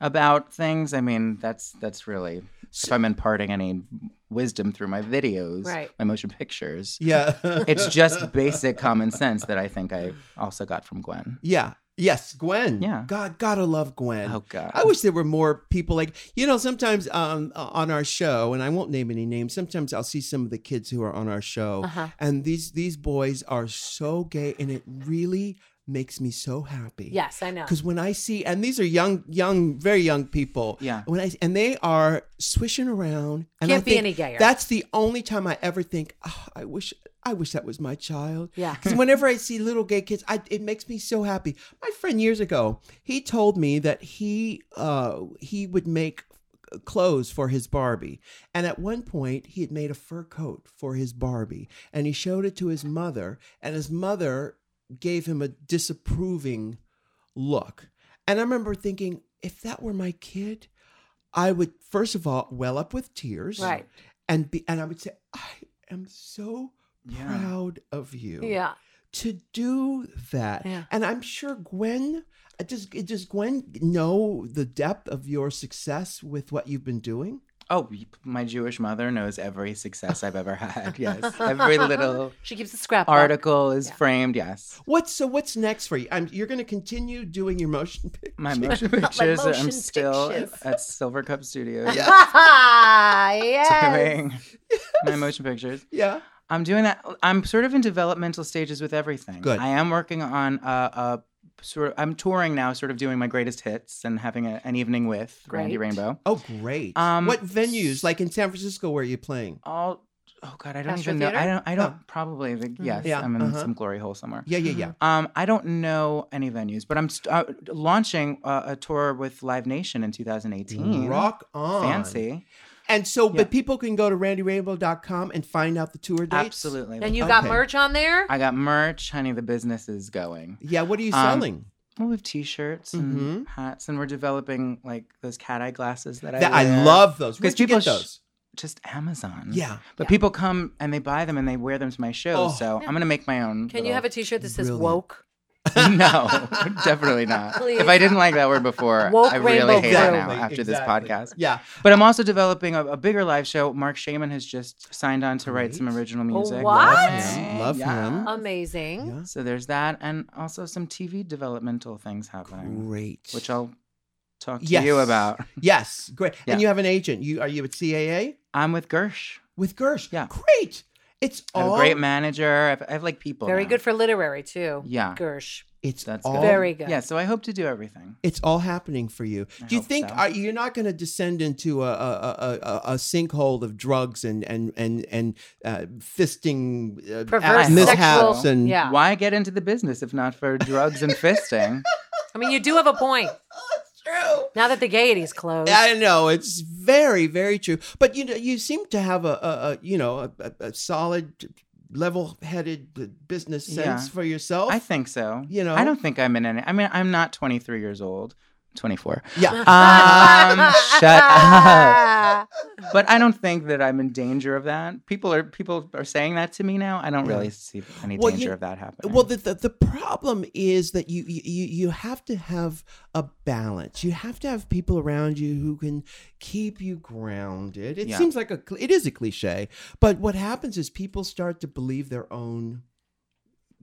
Speaker 3: about things. I mean, that's that's really if I'm imparting any wisdom through my videos,
Speaker 2: Right.
Speaker 3: my motion pictures. [LAUGHS]
Speaker 1: Yeah.
Speaker 3: It's just basic common sense that I think I also got from Gwen.
Speaker 1: [LAUGHS] Yeah. Yes, Gwen.
Speaker 3: Yeah.
Speaker 1: God, gotta love Gwen.
Speaker 3: Oh, God.
Speaker 1: I wish there were more people like you know. Sometimes um, uh, on our show, and I won't name any names. Sometimes I'll see some of the kids who are on our show,
Speaker 2: Uh-huh.
Speaker 1: and these these boys are so gay, and it really makes me so happy.
Speaker 2: Yes, I know.
Speaker 1: Because when I see, and these are young, young, very young people.
Speaker 3: Yeah.
Speaker 1: When I and they are swishing around. And
Speaker 2: Can't
Speaker 1: I
Speaker 2: be
Speaker 1: think
Speaker 2: any gayer.
Speaker 1: That's the only time I ever think, oh, I wish, I wish that was my child.
Speaker 2: Yeah.
Speaker 1: Because whenever I see little gay kids, I, it makes me so happy. My friend years ago, he told me that he, uh, he would make clothes for his Barbie. And at one point, he had made a fur coat for his Barbie, and he showed it to his mother, and his mother gave him a disapproving look. And I remember thinking, if that were my kid, I would first of all well up with tears,
Speaker 2: Right.
Speaker 1: And be, and I would say, I am so
Speaker 3: Yeah.
Speaker 1: proud of you
Speaker 2: yeah.
Speaker 1: to do that.
Speaker 2: Yeah.
Speaker 1: And I'm sure Gwen uh, does does Gwen know the depth of your success with what you've been doing?
Speaker 3: [GASPS] Oh, my Jewish mother knows every success I've ever
Speaker 2: [LAUGHS]
Speaker 3: had. Yes, every little
Speaker 2: She keeps a scrapbook. [LAUGHS]
Speaker 3: article is framed. Yes,
Speaker 1: What's so what's next for you? I'm, you're going to continue doing your motion [LAUGHS] picture.
Speaker 3: my
Speaker 2: [LAUGHS]
Speaker 3: motion pictures.
Speaker 2: motion
Speaker 3: I'm still
Speaker 2: pictures.
Speaker 3: at Silver Cup
Speaker 2: [LAUGHS]
Speaker 3: Studios
Speaker 2: yes. [LAUGHS]
Speaker 3: doing my motion pictures.
Speaker 1: Yeah.
Speaker 3: I'm doing that. I'm sort of in developmental stages with everything.
Speaker 1: Good.
Speaker 3: I am working on a, a sort of. I'm touring now, sort of doing my greatest hits and having a, an evening with Randy
Speaker 2: Great.
Speaker 3: Rainbow.
Speaker 1: Oh, great.
Speaker 3: Um,
Speaker 1: what venues like in San Francisco where are you playing?
Speaker 3: All. Oh God, I don't
Speaker 2: Astro
Speaker 3: even know. I
Speaker 2: Theater? Oh. Mm-hmm.
Speaker 3: don't. I don't probably. Think, yes,
Speaker 1: Yeah,
Speaker 3: I'm in
Speaker 1: uh-huh.
Speaker 3: some glory hole somewhere.
Speaker 1: Yeah, yeah, yeah.
Speaker 3: Um, I don't know any venues, but I'm st- uh, launching uh, a tour with Live Nation in 2018.
Speaker 1: Rock on.
Speaker 3: Mm-hmm. Fancy.
Speaker 1: And so,
Speaker 3: Yeah.
Speaker 1: but people can go to randyrainbow.com and find out the tour dates.
Speaker 3: Absolutely.
Speaker 2: And you got
Speaker 1: Okay.
Speaker 2: merch on there?
Speaker 3: I got merch, honey. The business is going.
Speaker 1: Yeah, what are you
Speaker 3: Um,
Speaker 1: selling?
Speaker 3: Well, we have t-shirts
Speaker 1: Mm-hmm.
Speaker 3: and hats, and we're developing like those cat eye glasses that I
Speaker 1: That, I
Speaker 3: wear.
Speaker 1: love those. Where'd you
Speaker 3: people
Speaker 1: get
Speaker 3: sh- Mm.
Speaker 1: those?
Speaker 3: Just Amazon.
Speaker 1: Yeah.
Speaker 3: But people come and they buy them and they wear them to my shows.
Speaker 1: Oh.
Speaker 3: So I'm gonna make my own.
Speaker 2: Can you have a t shirt that says
Speaker 1: Brilliant.
Speaker 2: woke?
Speaker 3: [LAUGHS] a? no, definitely
Speaker 2: [LAUGHS]
Speaker 3: not.
Speaker 2: Please.
Speaker 3: If I didn't like that word before,
Speaker 2: [LAUGHS] Woke
Speaker 3: I really
Speaker 2: rainbow
Speaker 3: hate it
Speaker 1: Exactly,
Speaker 3: now after
Speaker 1: Oh, exactly.
Speaker 3: this podcast.
Speaker 1: Yeah.
Speaker 3: But I'm also developing a, a bigger live show. Mark Shaman has just signed on to write some
Speaker 1: Great.
Speaker 3: original music.
Speaker 2: what? Um,
Speaker 3: Love
Speaker 1: Yes, love him.
Speaker 2: Amazing.
Speaker 1: Yeah.
Speaker 3: So there's that, and also some TV developmental things happening,
Speaker 1: Great.
Speaker 3: which I'll talk to
Speaker 1: Yes.
Speaker 3: you about.
Speaker 1: Yes, great. And
Speaker 3: Yeah.
Speaker 1: you have an agent. You are you at CAA
Speaker 3: I'm with Gersh.
Speaker 1: with Gersh?
Speaker 3: Yeah.
Speaker 1: Great. It's
Speaker 3: I have
Speaker 1: all
Speaker 3: a great manager. I have, I have like people.
Speaker 2: Oh. Very
Speaker 3: now.
Speaker 2: good for literary, too.
Speaker 3: Yeah.
Speaker 2: Gersh.
Speaker 1: It's
Speaker 3: That's
Speaker 1: all
Speaker 3: good.
Speaker 2: Very good.
Speaker 3: Yeah. So I hope to do everything.
Speaker 1: It's all happening for you.
Speaker 3: I
Speaker 1: Do you
Speaker 3: hope
Speaker 1: think
Speaker 3: so.
Speaker 1: are, you're not going to descend into a, a, a, a- a sinkhole of drugs and and and and uh, fisting uh,
Speaker 2: Perverse
Speaker 1: and mishaps
Speaker 2: sexual-
Speaker 1: and
Speaker 2: Yeah.
Speaker 3: Why get into the business if not for drugs and
Speaker 2: [LAUGHS]
Speaker 3: fisting?
Speaker 2: I mean, you do have
Speaker 1: [LAUGHS]
Speaker 2: a point.
Speaker 1: It's true.
Speaker 2: Now that the gaiety's closed.
Speaker 1: I know it's very, very true. But you know, you seem to have a, a, a you know a, a, a solid, level-headed business sense
Speaker 3: Yeah.
Speaker 1: for yourself.
Speaker 3: I think so.
Speaker 1: You know?
Speaker 3: I don't think I'm in any. I mean, I'm not 23 years old,
Speaker 2: [LAUGHS]
Speaker 3: 24.
Speaker 1: Yeah.
Speaker 3: Um, shut up. But I don't think that I'm in danger of that. People are people are saying that to me now. I don't really see any
Speaker 1: Well,
Speaker 3: danger
Speaker 1: you-
Speaker 3: of that happening.
Speaker 1: Well, the, the the problem is that you you you you have to have a balance. You have to have people around you who can keep you grounded. It
Speaker 3: Yeah.
Speaker 1: seems like a cl- it is a cliche, but what happens is people start to believe their own.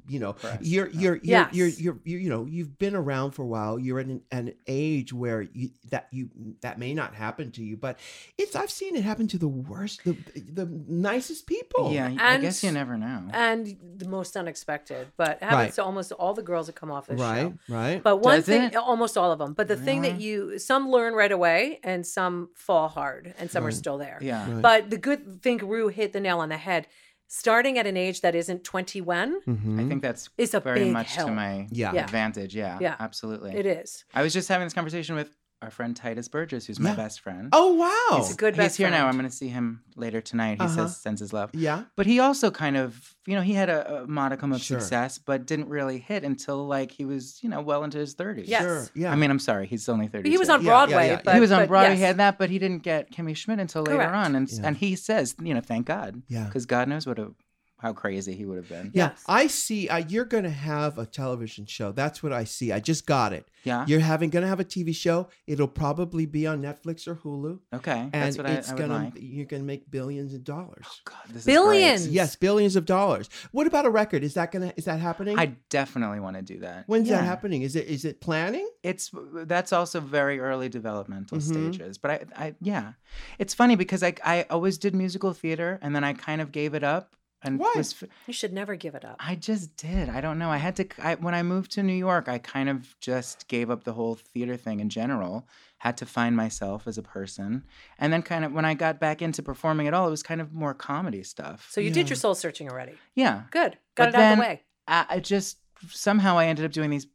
Speaker 1: You know,
Speaker 3: Correct.
Speaker 1: you're you're you're,
Speaker 2: Yes.
Speaker 1: you're you're you you know you've been around for a while. You're at an, an age where you, that you that may not happen to you, but it's I've seen it happen to the worst, the the nicest people.
Speaker 3: yeah, I
Speaker 2: and-
Speaker 3: guess you never know.
Speaker 2: and the most unexpected, but it
Speaker 1: Right.
Speaker 2: happens to almost all the girls that come off this
Speaker 1: Right.
Speaker 2: show.
Speaker 1: Right.
Speaker 2: But one
Speaker 3: Does
Speaker 2: thing,
Speaker 3: it?
Speaker 2: almost all of them. But the thing that you, some learn right away, and some fall hard, and some are still there.
Speaker 3: yeah.
Speaker 1: Right.
Speaker 2: But the good thing, Rue hit the nail on the head. Starting at an age that isn't twenty-one
Speaker 1: Mhm.
Speaker 3: I think that's
Speaker 2: is a
Speaker 3: very
Speaker 2: big
Speaker 3: much
Speaker 2: help.
Speaker 3: to my
Speaker 1: Yeah.
Speaker 2: Yeah.
Speaker 3: advantage. Yeah.
Speaker 2: Yeah.
Speaker 3: Absolutely.
Speaker 2: It is.
Speaker 3: I was just having this conversation with our friend Titus Burgess, who's my
Speaker 1: Yeah.
Speaker 3: best friend.
Speaker 1: Oh wow.
Speaker 2: It's a good
Speaker 3: He's
Speaker 2: best
Speaker 3: here now. I'm
Speaker 2: friend.
Speaker 3: going to see him later tonight. He
Speaker 1: Uh-huh.
Speaker 3: says sends his love.
Speaker 1: Yeah.
Speaker 3: But he also kind of, you know, he had a, a modicum of
Speaker 1: Sure.
Speaker 3: success, but didn't really hit until like he was, you know, well into his 30s.
Speaker 2: Yes.
Speaker 1: Sure. Yeah.
Speaker 3: I mean, I'm sorry, he's only 30.
Speaker 2: He was on
Speaker 1: Yeah, yeah,
Speaker 2: Broadway.
Speaker 1: yeah, yeah.
Speaker 2: But,
Speaker 3: he was on
Speaker 2: but
Speaker 3: Broadway.
Speaker 2: yes.
Speaker 3: He had that, but he didn't get Kimmy Schmidt until later
Speaker 2: Correct.
Speaker 3: on, and
Speaker 1: Yeah.
Speaker 3: and he says, you know, thank God,
Speaker 1: yeah.
Speaker 3: because God knows what a how crazy he would have been.
Speaker 1: Yeah,
Speaker 2: Yes.
Speaker 1: I see. Uh, you're going to have a television show. That's what I see. I just got it.
Speaker 3: Yeah.
Speaker 1: You're having going to have a TV show. It'll probably be on Netflix or Hulu,
Speaker 3: Okay.
Speaker 1: and
Speaker 3: That's what I,
Speaker 1: it's
Speaker 3: I would
Speaker 1: gonna
Speaker 3: like.
Speaker 1: you're going to make billions of dollars.
Speaker 3: God, this is great.
Speaker 2: Billions.
Speaker 1: Yes, billions of dollars. What about a record? Is that going to is that happening?
Speaker 3: I definitely want to do that.
Speaker 1: When's
Speaker 3: Yeah.
Speaker 1: that happening? Is it is it planning?
Speaker 3: it's that's also very early developmental
Speaker 1: Mhm.
Speaker 3: stages but I, I yeah it's funny because I, I always did musical theater and then i kind of gave it up and
Speaker 1: Why?
Speaker 3: was f-
Speaker 2: You should never give it up.
Speaker 3: i just did i don't know i had to I, when i moved to new york i kind of just gave up the whole theater thing in general had to find myself as a person and then kind of when i got back into performing at all it was kind of more comedy stuff
Speaker 2: So you
Speaker 1: Yeah.
Speaker 2: did your soul searching already.
Speaker 3: yeah
Speaker 2: Good. Got
Speaker 3: But
Speaker 2: it out of
Speaker 3: then-
Speaker 2: the way.
Speaker 3: I, I just somehow i ended up doing these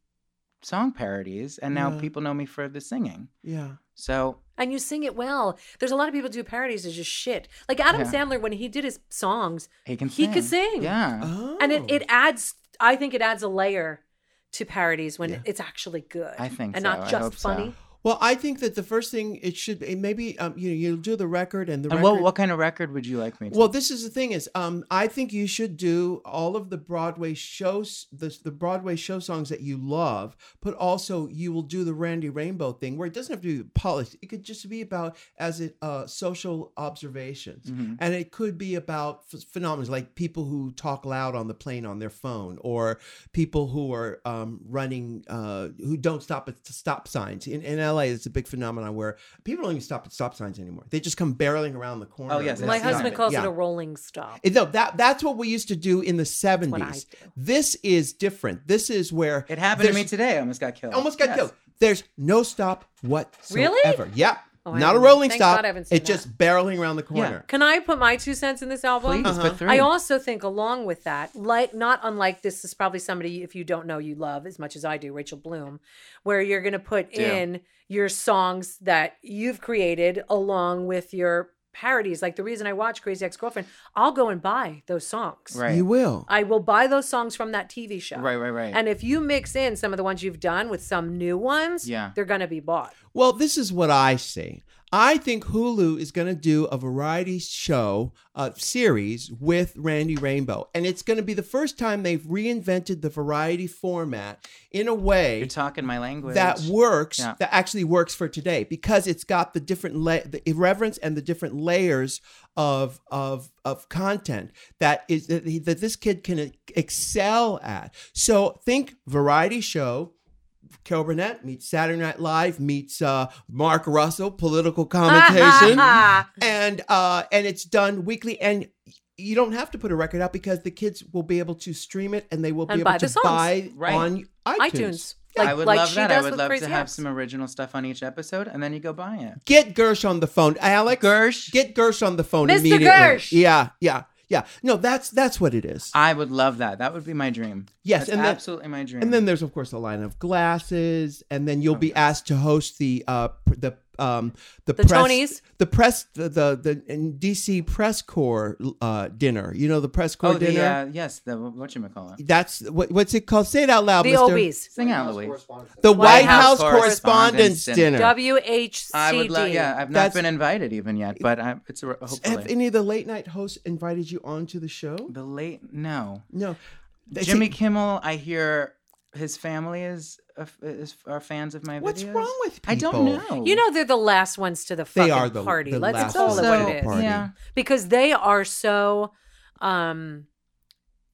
Speaker 3: song parodies and now
Speaker 1: Yeah.
Speaker 3: people know me for the singing
Speaker 1: Yeah.
Speaker 3: so
Speaker 2: And you sing it well. There's a lot of people do parodies as just shit. Like Adam
Speaker 3: Yeah.
Speaker 2: Sandler, when he did his songs,
Speaker 3: He can
Speaker 2: He
Speaker 3: sing.
Speaker 2: could sing.
Speaker 3: Yeah.
Speaker 1: Oh.
Speaker 2: and it, it adds i think it adds a layer to parodies when
Speaker 1: Yeah.
Speaker 2: it's actually good
Speaker 3: I think
Speaker 2: and
Speaker 3: so.
Speaker 2: not
Speaker 3: I
Speaker 2: just
Speaker 3: hope so.
Speaker 2: funny
Speaker 1: Well, I think that the first thing it should eh, maybe um, you know you'll do the record and the
Speaker 3: and
Speaker 1: record.
Speaker 3: what what kind of record would you like me to
Speaker 1: Well, this is the thing is, um, I think you should do all of the Broadway shows, the, the Broadway show songs that you love, but also you will do the Randy Rainbow thing where it doesn't have to be polished. It could just be about as it uh, social observations,
Speaker 3: Mhm.
Speaker 1: and it could be about ph phenomena like people who talk loud on the plane on their phone, or people who are um, running uh, who don't stop at stop signs. In, in LA, it's a big phenomenon where people don't even stop at stop signs anymore. They just come barreling around the corner.
Speaker 3: Oh, yes,
Speaker 1: and
Speaker 2: my
Speaker 3: yes,
Speaker 1: stop.
Speaker 2: husband
Speaker 3: yeah.
Speaker 2: calls
Speaker 1: Yeah.
Speaker 2: it a rolling stop
Speaker 1: No, that that's what we used to do in the
Speaker 2: what I
Speaker 1: seventies.
Speaker 2: do.
Speaker 1: This is different. This is where
Speaker 3: It happened to me
Speaker 1: there's-
Speaker 3: today. I almost got killed.
Speaker 1: Almost got
Speaker 3: Yes.
Speaker 1: killed. There's no stop whatsoever.
Speaker 2: Really?
Speaker 1: Yep.
Speaker 2: Oh, I
Speaker 1: Not a
Speaker 2: haven't-
Speaker 1: rolling
Speaker 2: thank
Speaker 1: stop.
Speaker 2: God I haven't seen
Speaker 1: it's just barreling around the corner.
Speaker 2: can i put my two cents in this album
Speaker 3: Please, but three.
Speaker 2: I also think, along with that, like not unlike this is probably somebody if you don't know you love as much as I do, Rachel Bloom, where you're going to put
Speaker 3: Do.
Speaker 2: in your songs that you've created along with your parodies. Like the reason I watch Crazy Ex Girlfriend, I'll go and buy those songs.
Speaker 3: right.
Speaker 1: You will.
Speaker 2: I will buy those songs from that TV show.
Speaker 3: right, right, right.
Speaker 2: And if you mix in some of the ones you've done with some new ones,
Speaker 3: Yeah.
Speaker 2: they're going to be bought.
Speaker 1: Well, this is what I say. I think Hulu is going to do a variety show uh, series with Randy Rainbow, and it's going to be the first time they've reinvented the variety format in a way
Speaker 3: You're talking my language.
Speaker 1: that works
Speaker 3: Yeah.
Speaker 1: that actually works for today because it's got the different la- the irreverence and the different layers of of of content that is that, he- that this kid can excel at so think variety show Carol Burnett meets Saturday Night Live meets uh, Mark Russell political commentation and uh and it's done weekly and you don't have to put a record out because the kids will be able to stream it and they will be
Speaker 2: And
Speaker 1: able
Speaker 2: buy
Speaker 1: to
Speaker 2: the songs.
Speaker 1: buy
Speaker 3: Right.
Speaker 1: on iTunes.
Speaker 2: iTunes.
Speaker 3: I would love
Speaker 2: she
Speaker 3: that. I
Speaker 2: does
Speaker 3: would
Speaker 2: with
Speaker 3: love to
Speaker 2: Crazy
Speaker 3: have
Speaker 2: Ex.
Speaker 3: some original stuff on each episode, and then you go buy it.
Speaker 1: Get Gersh on the phone, Alex.
Speaker 3: Gersh.
Speaker 1: Get Gersh on the phone
Speaker 2: Mr.
Speaker 1: immediately.
Speaker 2: Gersh.
Speaker 1: Yeah, yeah, yeah. No, that's that's what it is.
Speaker 3: I would love that. That would be my dream.
Speaker 1: Yes,
Speaker 3: That's
Speaker 1: and then-
Speaker 3: absolutely my dream. Oh,
Speaker 1: and then there's of course a line of glasses, and then you'll be asked to host the uh pr- the um, the,
Speaker 2: The
Speaker 1: press,
Speaker 2: Tonys?
Speaker 1: the press, the the, the in DC press corps uh, dinner. You know the press corps
Speaker 3: oh,
Speaker 1: dinner.
Speaker 3: the, uh, yes, the what you call it?
Speaker 1: That's what, what's it called? Say it out loud,
Speaker 2: The
Speaker 1: Mister.
Speaker 2: OBs.
Speaker 3: Sing out, Louise.
Speaker 1: The
Speaker 2: White
Speaker 1: White
Speaker 2: House
Speaker 1: House, Correspondents'
Speaker 3: Correspondents' Dinner.
Speaker 1: Dinner.
Speaker 2: WHCD.
Speaker 3: I would love. Yeah, I've not
Speaker 1: That's-
Speaker 3: been invited even yet, but I, it's a,
Speaker 1: Have
Speaker 3: hopefully
Speaker 1: any of the late night hosts invited you onto the show?
Speaker 3: the late. No,
Speaker 1: No. They
Speaker 3: Jimmy
Speaker 1: say,
Speaker 3: Kimmel. I hear his family is, a f is are fans of my videos.
Speaker 1: What's wrong with people?
Speaker 3: I don't know.
Speaker 2: You know they're the last ones to the fucking
Speaker 1: They are the-
Speaker 2: party.
Speaker 1: the
Speaker 2: Let's
Speaker 1: last
Speaker 2: call
Speaker 1: ones
Speaker 2: it what
Speaker 1: to
Speaker 2: it
Speaker 1: the
Speaker 2: is.
Speaker 1: party.
Speaker 3: yeah.
Speaker 2: Because they are so um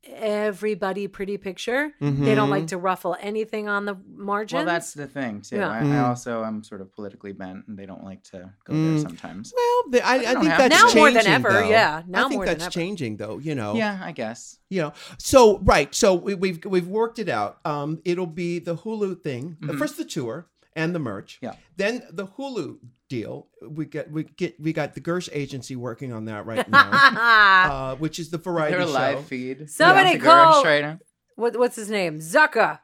Speaker 2: everybody pretty picture. They don't
Speaker 1: Mm-hmm.
Speaker 2: like to ruffle anything on the margins.
Speaker 3: Well, that's the thing too.
Speaker 2: Yeah.
Speaker 3: I, I
Speaker 1: Mm.
Speaker 3: also am sort of politically bent, and they don't like to go there
Speaker 1: Mm.
Speaker 3: sometimes.
Speaker 1: Well, the, I, I
Speaker 3: don't
Speaker 1: think
Speaker 3: have to.
Speaker 1: that's
Speaker 3: Now
Speaker 1: changing,
Speaker 2: more than ever,
Speaker 1: though.
Speaker 2: yeah.
Speaker 1: I
Speaker 2: Now
Speaker 1: think
Speaker 2: more than
Speaker 1: that's
Speaker 2: ever.
Speaker 1: changing, though. You know.
Speaker 3: Yeah, I guess.
Speaker 1: You know. So right. So we, we've we've worked it out. Um, it'll be the Hulu thing.
Speaker 2: Mm-hmm.
Speaker 1: First the tour and the merch.
Speaker 3: Yeah.
Speaker 1: Then the Hulu deal. We get we get we got the Gersh agency working on that right
Speaker 2: [LAUGHS]
Speaker 1: now, uh, which is the variety
Speaker 3: They're a
Speaker 1: show.
Speaker 3: live feed.
Speaker 2: Somebody
Speaker 3: Gersh
Speaker 2: call-
Speaker 3: Schrader.
Speaker 2: what, what's his name? Zucker.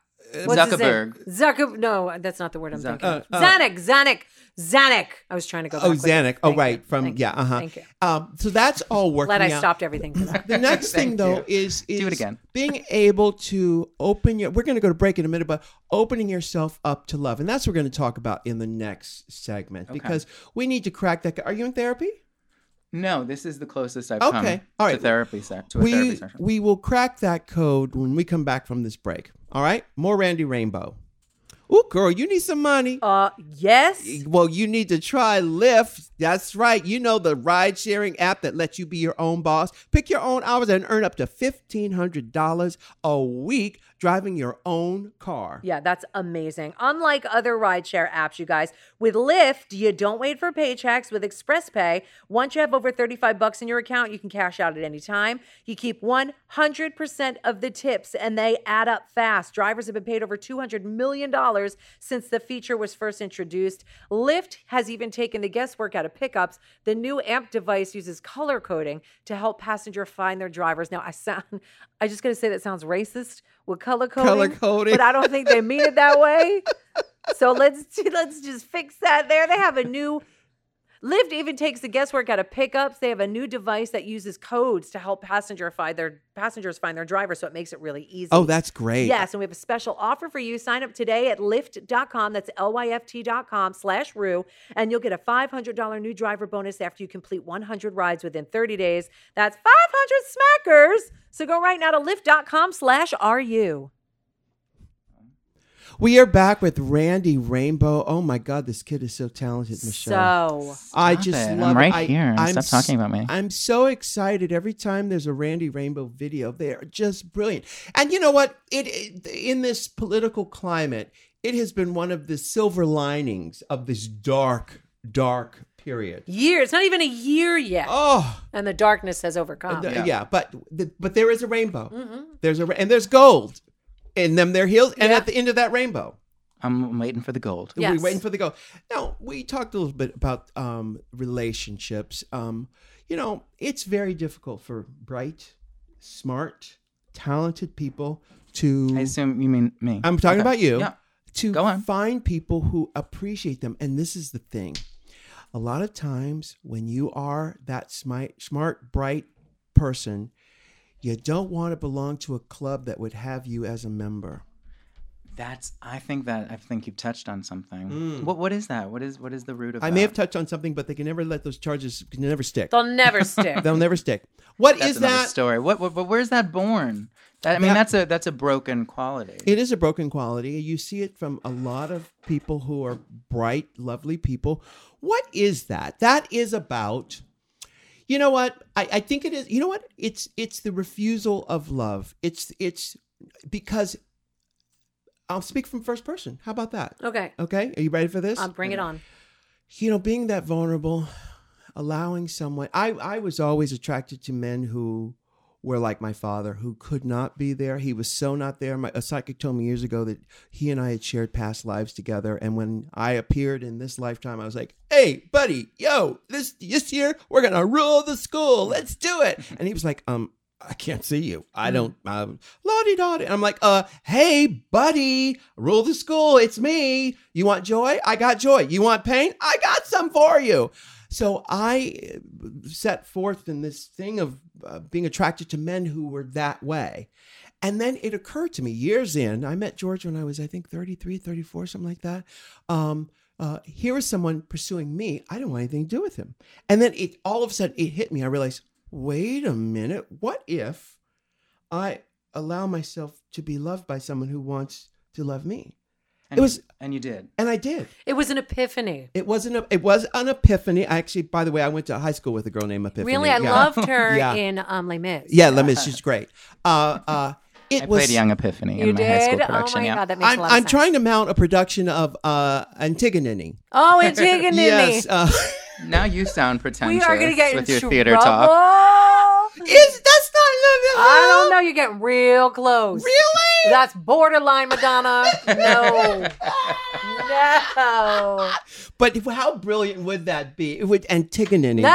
Speaker 2: What's his name?
Speaker 3: Zuckerberg.
Speaker 2: Zucker. No, that's not the word I'm
Speaker 3: Zucker.
Speaker 2: thinking.
Speaker 1: Uh, uh,
Speaker 2: Zanuck. Zanuck. Zanuck. I was trying to go.
Speaker 1: Oh,
Speaker 2: back with it.
Speaker 1: Xanax. Oh,
Speaker 2: Thank
Speaker 1: right.
Speaker 2: you.
Speaker 1: From
Speaker 2: Thank
Speaker 1: yeah.
Speaker 2: you.
Speaker 1: Uh huh.
Speaker 2: Thank you.
Speaker 1: Um, so that's all working.
Speaker 2: Glad I
Speaker 1: out.
Speaker 2: stopped everything for that. [LAUGHS]
Speaker 3: [LAUGHS]
Speaker 1: The next
Speaker 3: Thank
Speaker 1: thing, though,
Speaker 3: you.
Speaker 1: is is
Speaker 3: it again.
Speaker 1: being able to open your. We're going to go to break in a minute, but opening yourself up to love, and that's what we're going to talk about in the next segment because we need to crack that. Are you in therapy?
Speaker 3: No, this is the closest I've come
Speaker 1: Okay. All
Speaker 3: to
Speaker 1: right.
Speaker 3: therapy se- to a therapy
Speaker 1: We
Speaker 3: session.
Speaker 1: we will crack that code when we come back from this break. All right, more Randy Rainbow. Ooh, girl, you need some money.
Speaker 2: Uh, yes.
Speaker 1: Well, you need to try Lyft. That's right. You know the ride sharing app that lets you be your own boss. Pick your own hours and earn up to $1,500 a week driving your own car.
Speaker 2: Yeah, that's amazing. Unlike other rideshare apps, you guys, with Lyft, you don't wait for paychecks. With Express Pay, once you have over 35 bucks in your account, you can cash out at any time. You keep 100% of the tips and they add up fast. Drivers have been paid over 200 million dollars since the feature was first introduced. Lyft has even taken the guesswork out of pickups. The new AMP device uses color coding to help passenger find their drivers. Now, I sound [LAUGHS] I just got to say that sounds racist with color coding.
Speaker 1: coding.
Speaker 2: But I don't think they mean it that way. So let's [LAUGHS] let's just fix that there. They have a new Lyft even takes the guesswork out of pickups. They have a new device that uses codes to help passenger find their passengers find their driver, so it makes it really easy.
Speaker 1: Oh, that's great.
Speaker 2: Yes, and we have a special offer for you. Sign up today at lyft.com. That's L-Y-F-T.com slash rue. And you'll get a $500 new driver bonus after you complete 100 rides within 30 days. That's 500 smackers. So go right now to lyft.com slash RU.
Speaker 1: We are back with Randy Rainbow. Oh my God, this kid is so talented, Michelle.
Speaker 2: So
Speaker 1: I
Speaker 3: Stop
Speaker 1: just
Speaker 3: it. I'm
Speaker 1: love it.
Speaker 3: right
Speaker 1: I-
Speaker 3: here.
Speaker 1: I'm
Speaker 3: Stop talking about me.
Speaker 1: I'm so excited every time there's a Randy Rainbow video. They are just brilliant. And you know what? It, it in this political climate, it has been one of the silver linings of this dark, dark period.
Speaker 2: year, it's not even a year yet.
Speaker 1: Oh,
Speaker 2: And the darkness has overcome.
Speaker 1: th-
Speaker 3: yeah. Mm-hmm.
Speaker 1: yeah. But the, but there is a rainbow. There's a ra- and there's gold in them. Their heels, and
Speaker 2: Yeah.
Speaker 1: at the end of that rainbow.
Speaker 3: I'm waiting for the gold.
Speaker 2: Yes.
Speaker 1: We're waiting for the go. Now, we talked a little bit about um, relationships. Um, you know, it's very difficult for bright, smart, talented people
Speaker 3: I
Speaker 1: to.
Speaker 3: assume you mean me.
Speaker 1: I'm talking
Speaker 3: Okay.
Speaker 1: about you.
Speaker 3: Yeah.
Speaker 1: To
Speaker 3: Go on.
Speaker 1: find people who appreciate them. And this is the thing a lot of times when you are that smart, smart bright person, you don't want to belong to a club that would have you as a member.
Speaker 3: That's. I think that. I think you've touched on something. What What is that? What is What is the root of?
Speaker 1: Mm. I
Speaker 3: that?
Speaker 1: may have touched on something, but they can never let those charges can never stick.
Speaker 2: They'll
Speaker 1: [LAUGHS]
Speaker 2: never stick.
Speaker 1: They'll never stick. What is
Speaker 3: That's another
Speaker 1: that?
Speaker 3: story. What, what? But where's that born? That I mean,
Speaker 1: That-
Speaker 3: that's a that's a broken quality.
Speaker 1: It is a broken quality. You see it from a lot of people who are bright, lovely people. What is that? That is about. You know what? I, I think it is. You know what? It's it's the refusal of love. It's it's because. I'll speak from first person. How about that?
Speaker 2: okay.
Speaker 1: Okay, are you ready for this?
Speaker 2: Um, bring it on.
Speaker 1: you know being that vulnerable allowing someone i i was always attracted to men who were like my father who could not be there he was so not there my, a psychic told me years ago that he and i had shared past lives together and when i appeared in this lifetime i was like hey buddy yo this this year we're gonna rule the school let's do it and he was like um I can't see you. I don't. Uh, La di da. I'm like, uh, hey, buddy, rule the school. It's me. You want joy? I got joy. You want pain? I got some for you. So I uh, set forth in this thing of uh, being attracted to men who were that way. And then it occurred to me years in, I met George when I was, I think, 33, 34, something like that. Um, uh, here is someone pursuing me. I don't want anything to do with him. And then it all of a sudden it hit me. I realized, wait a minute, what if I allow myself to be loved by someone who wants to love me?
Speaker 3: And
Speaker 1: was-
Speaker 3: you, and you did.
Speaker 1: And I did.
Speaker 2: It was an epiphany.
Speaker 1: It wasn't a, it was an epiphany. I actually, by the way, I went to high school with a girl named Epiphany.
Speaker 2: Really, I
Speaker 1: yeah.
Speaker 2: loved her
Speaker 1: Yeah.
Speaker 2: in um, Les Mis.
Speaker 1: Yeah, let me. She's great. Uh,
Speaker 3: [LAUGHS]
Speaker 1: uh, it
Speaker 3: I
Speaker 1: was.
Speaker 3: played Young Epiphany
Speaker 2: you
Speaker 3: in my high school
Speaker 2: did. Oh
Speaker 3: production.
Speaker 2: my
Speaker 3: yeah.
Speaker 2: god, that makes
Speaker 1: I'm,
Speaker 2: a lot of
Speaker 1: I'm
Speaker 2: sense.
Speaker 1: trying to mount a production of uh, Antigone.
Speaker 2: Oh,
Speaker 1: [LAUGHS]
Speaker 2: Antigone.
Speaker 1: Yes. Uh, [LAUGHS]
Speaker 3: Now you sound pretentious
Speaker 2: we are going to get
Speaker 3: with
Speaker 2: in
Speaker 3: your
Speaker 2: trouble.
Speaker 3: theater talk.
Speaker 1: is that's not.
Speaker 2: I don't know. You're getting real close.
Speaker 1: Really?
Speaker 2: That's
Speaker 1: [LAUGHS]
Speaker 2: borderline Madonna. No. No.
Speaker 1: But if- how brilliant would that be? It would Antigone the
Speaker 2: No,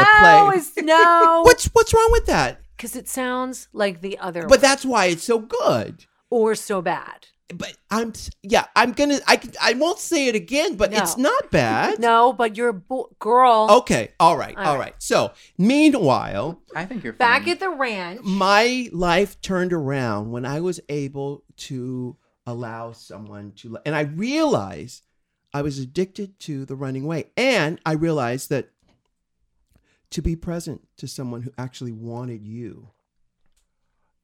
Speaker 1: play. [LAUGHS]
Speaker 2: it's no.
Speaker 1: What's what's wrong with that?
Speaker 2: Because it sounds like the other
Speaker 1: But
Speaker 2: one
Speaker 1: that's why it's so good.
Speaker 2: or so bad.
Speaker 1: But I'm yeah, I'm gonna I can- I won't say it again, but
Speaker 2: No.
Speaker 1: it's not bad.
Speaker 2: No, but your bo- girl
Speaker 3: Oh.
Speaker 1: Okay, all right, all
Speaker 2: All
Speaker 1: right.
Speaker 2: right.
Speaker 1: So meanwhile,
Speaker 3: I think you're
Speaker 2: back
Speaker 3: fine.
Speaker 2: at the ranch.
Speaker 1: my life turned around when I was able to allow someone to, lo- and I realized I was addicted to the running away, and I realized that to be present to someone who actually wanted you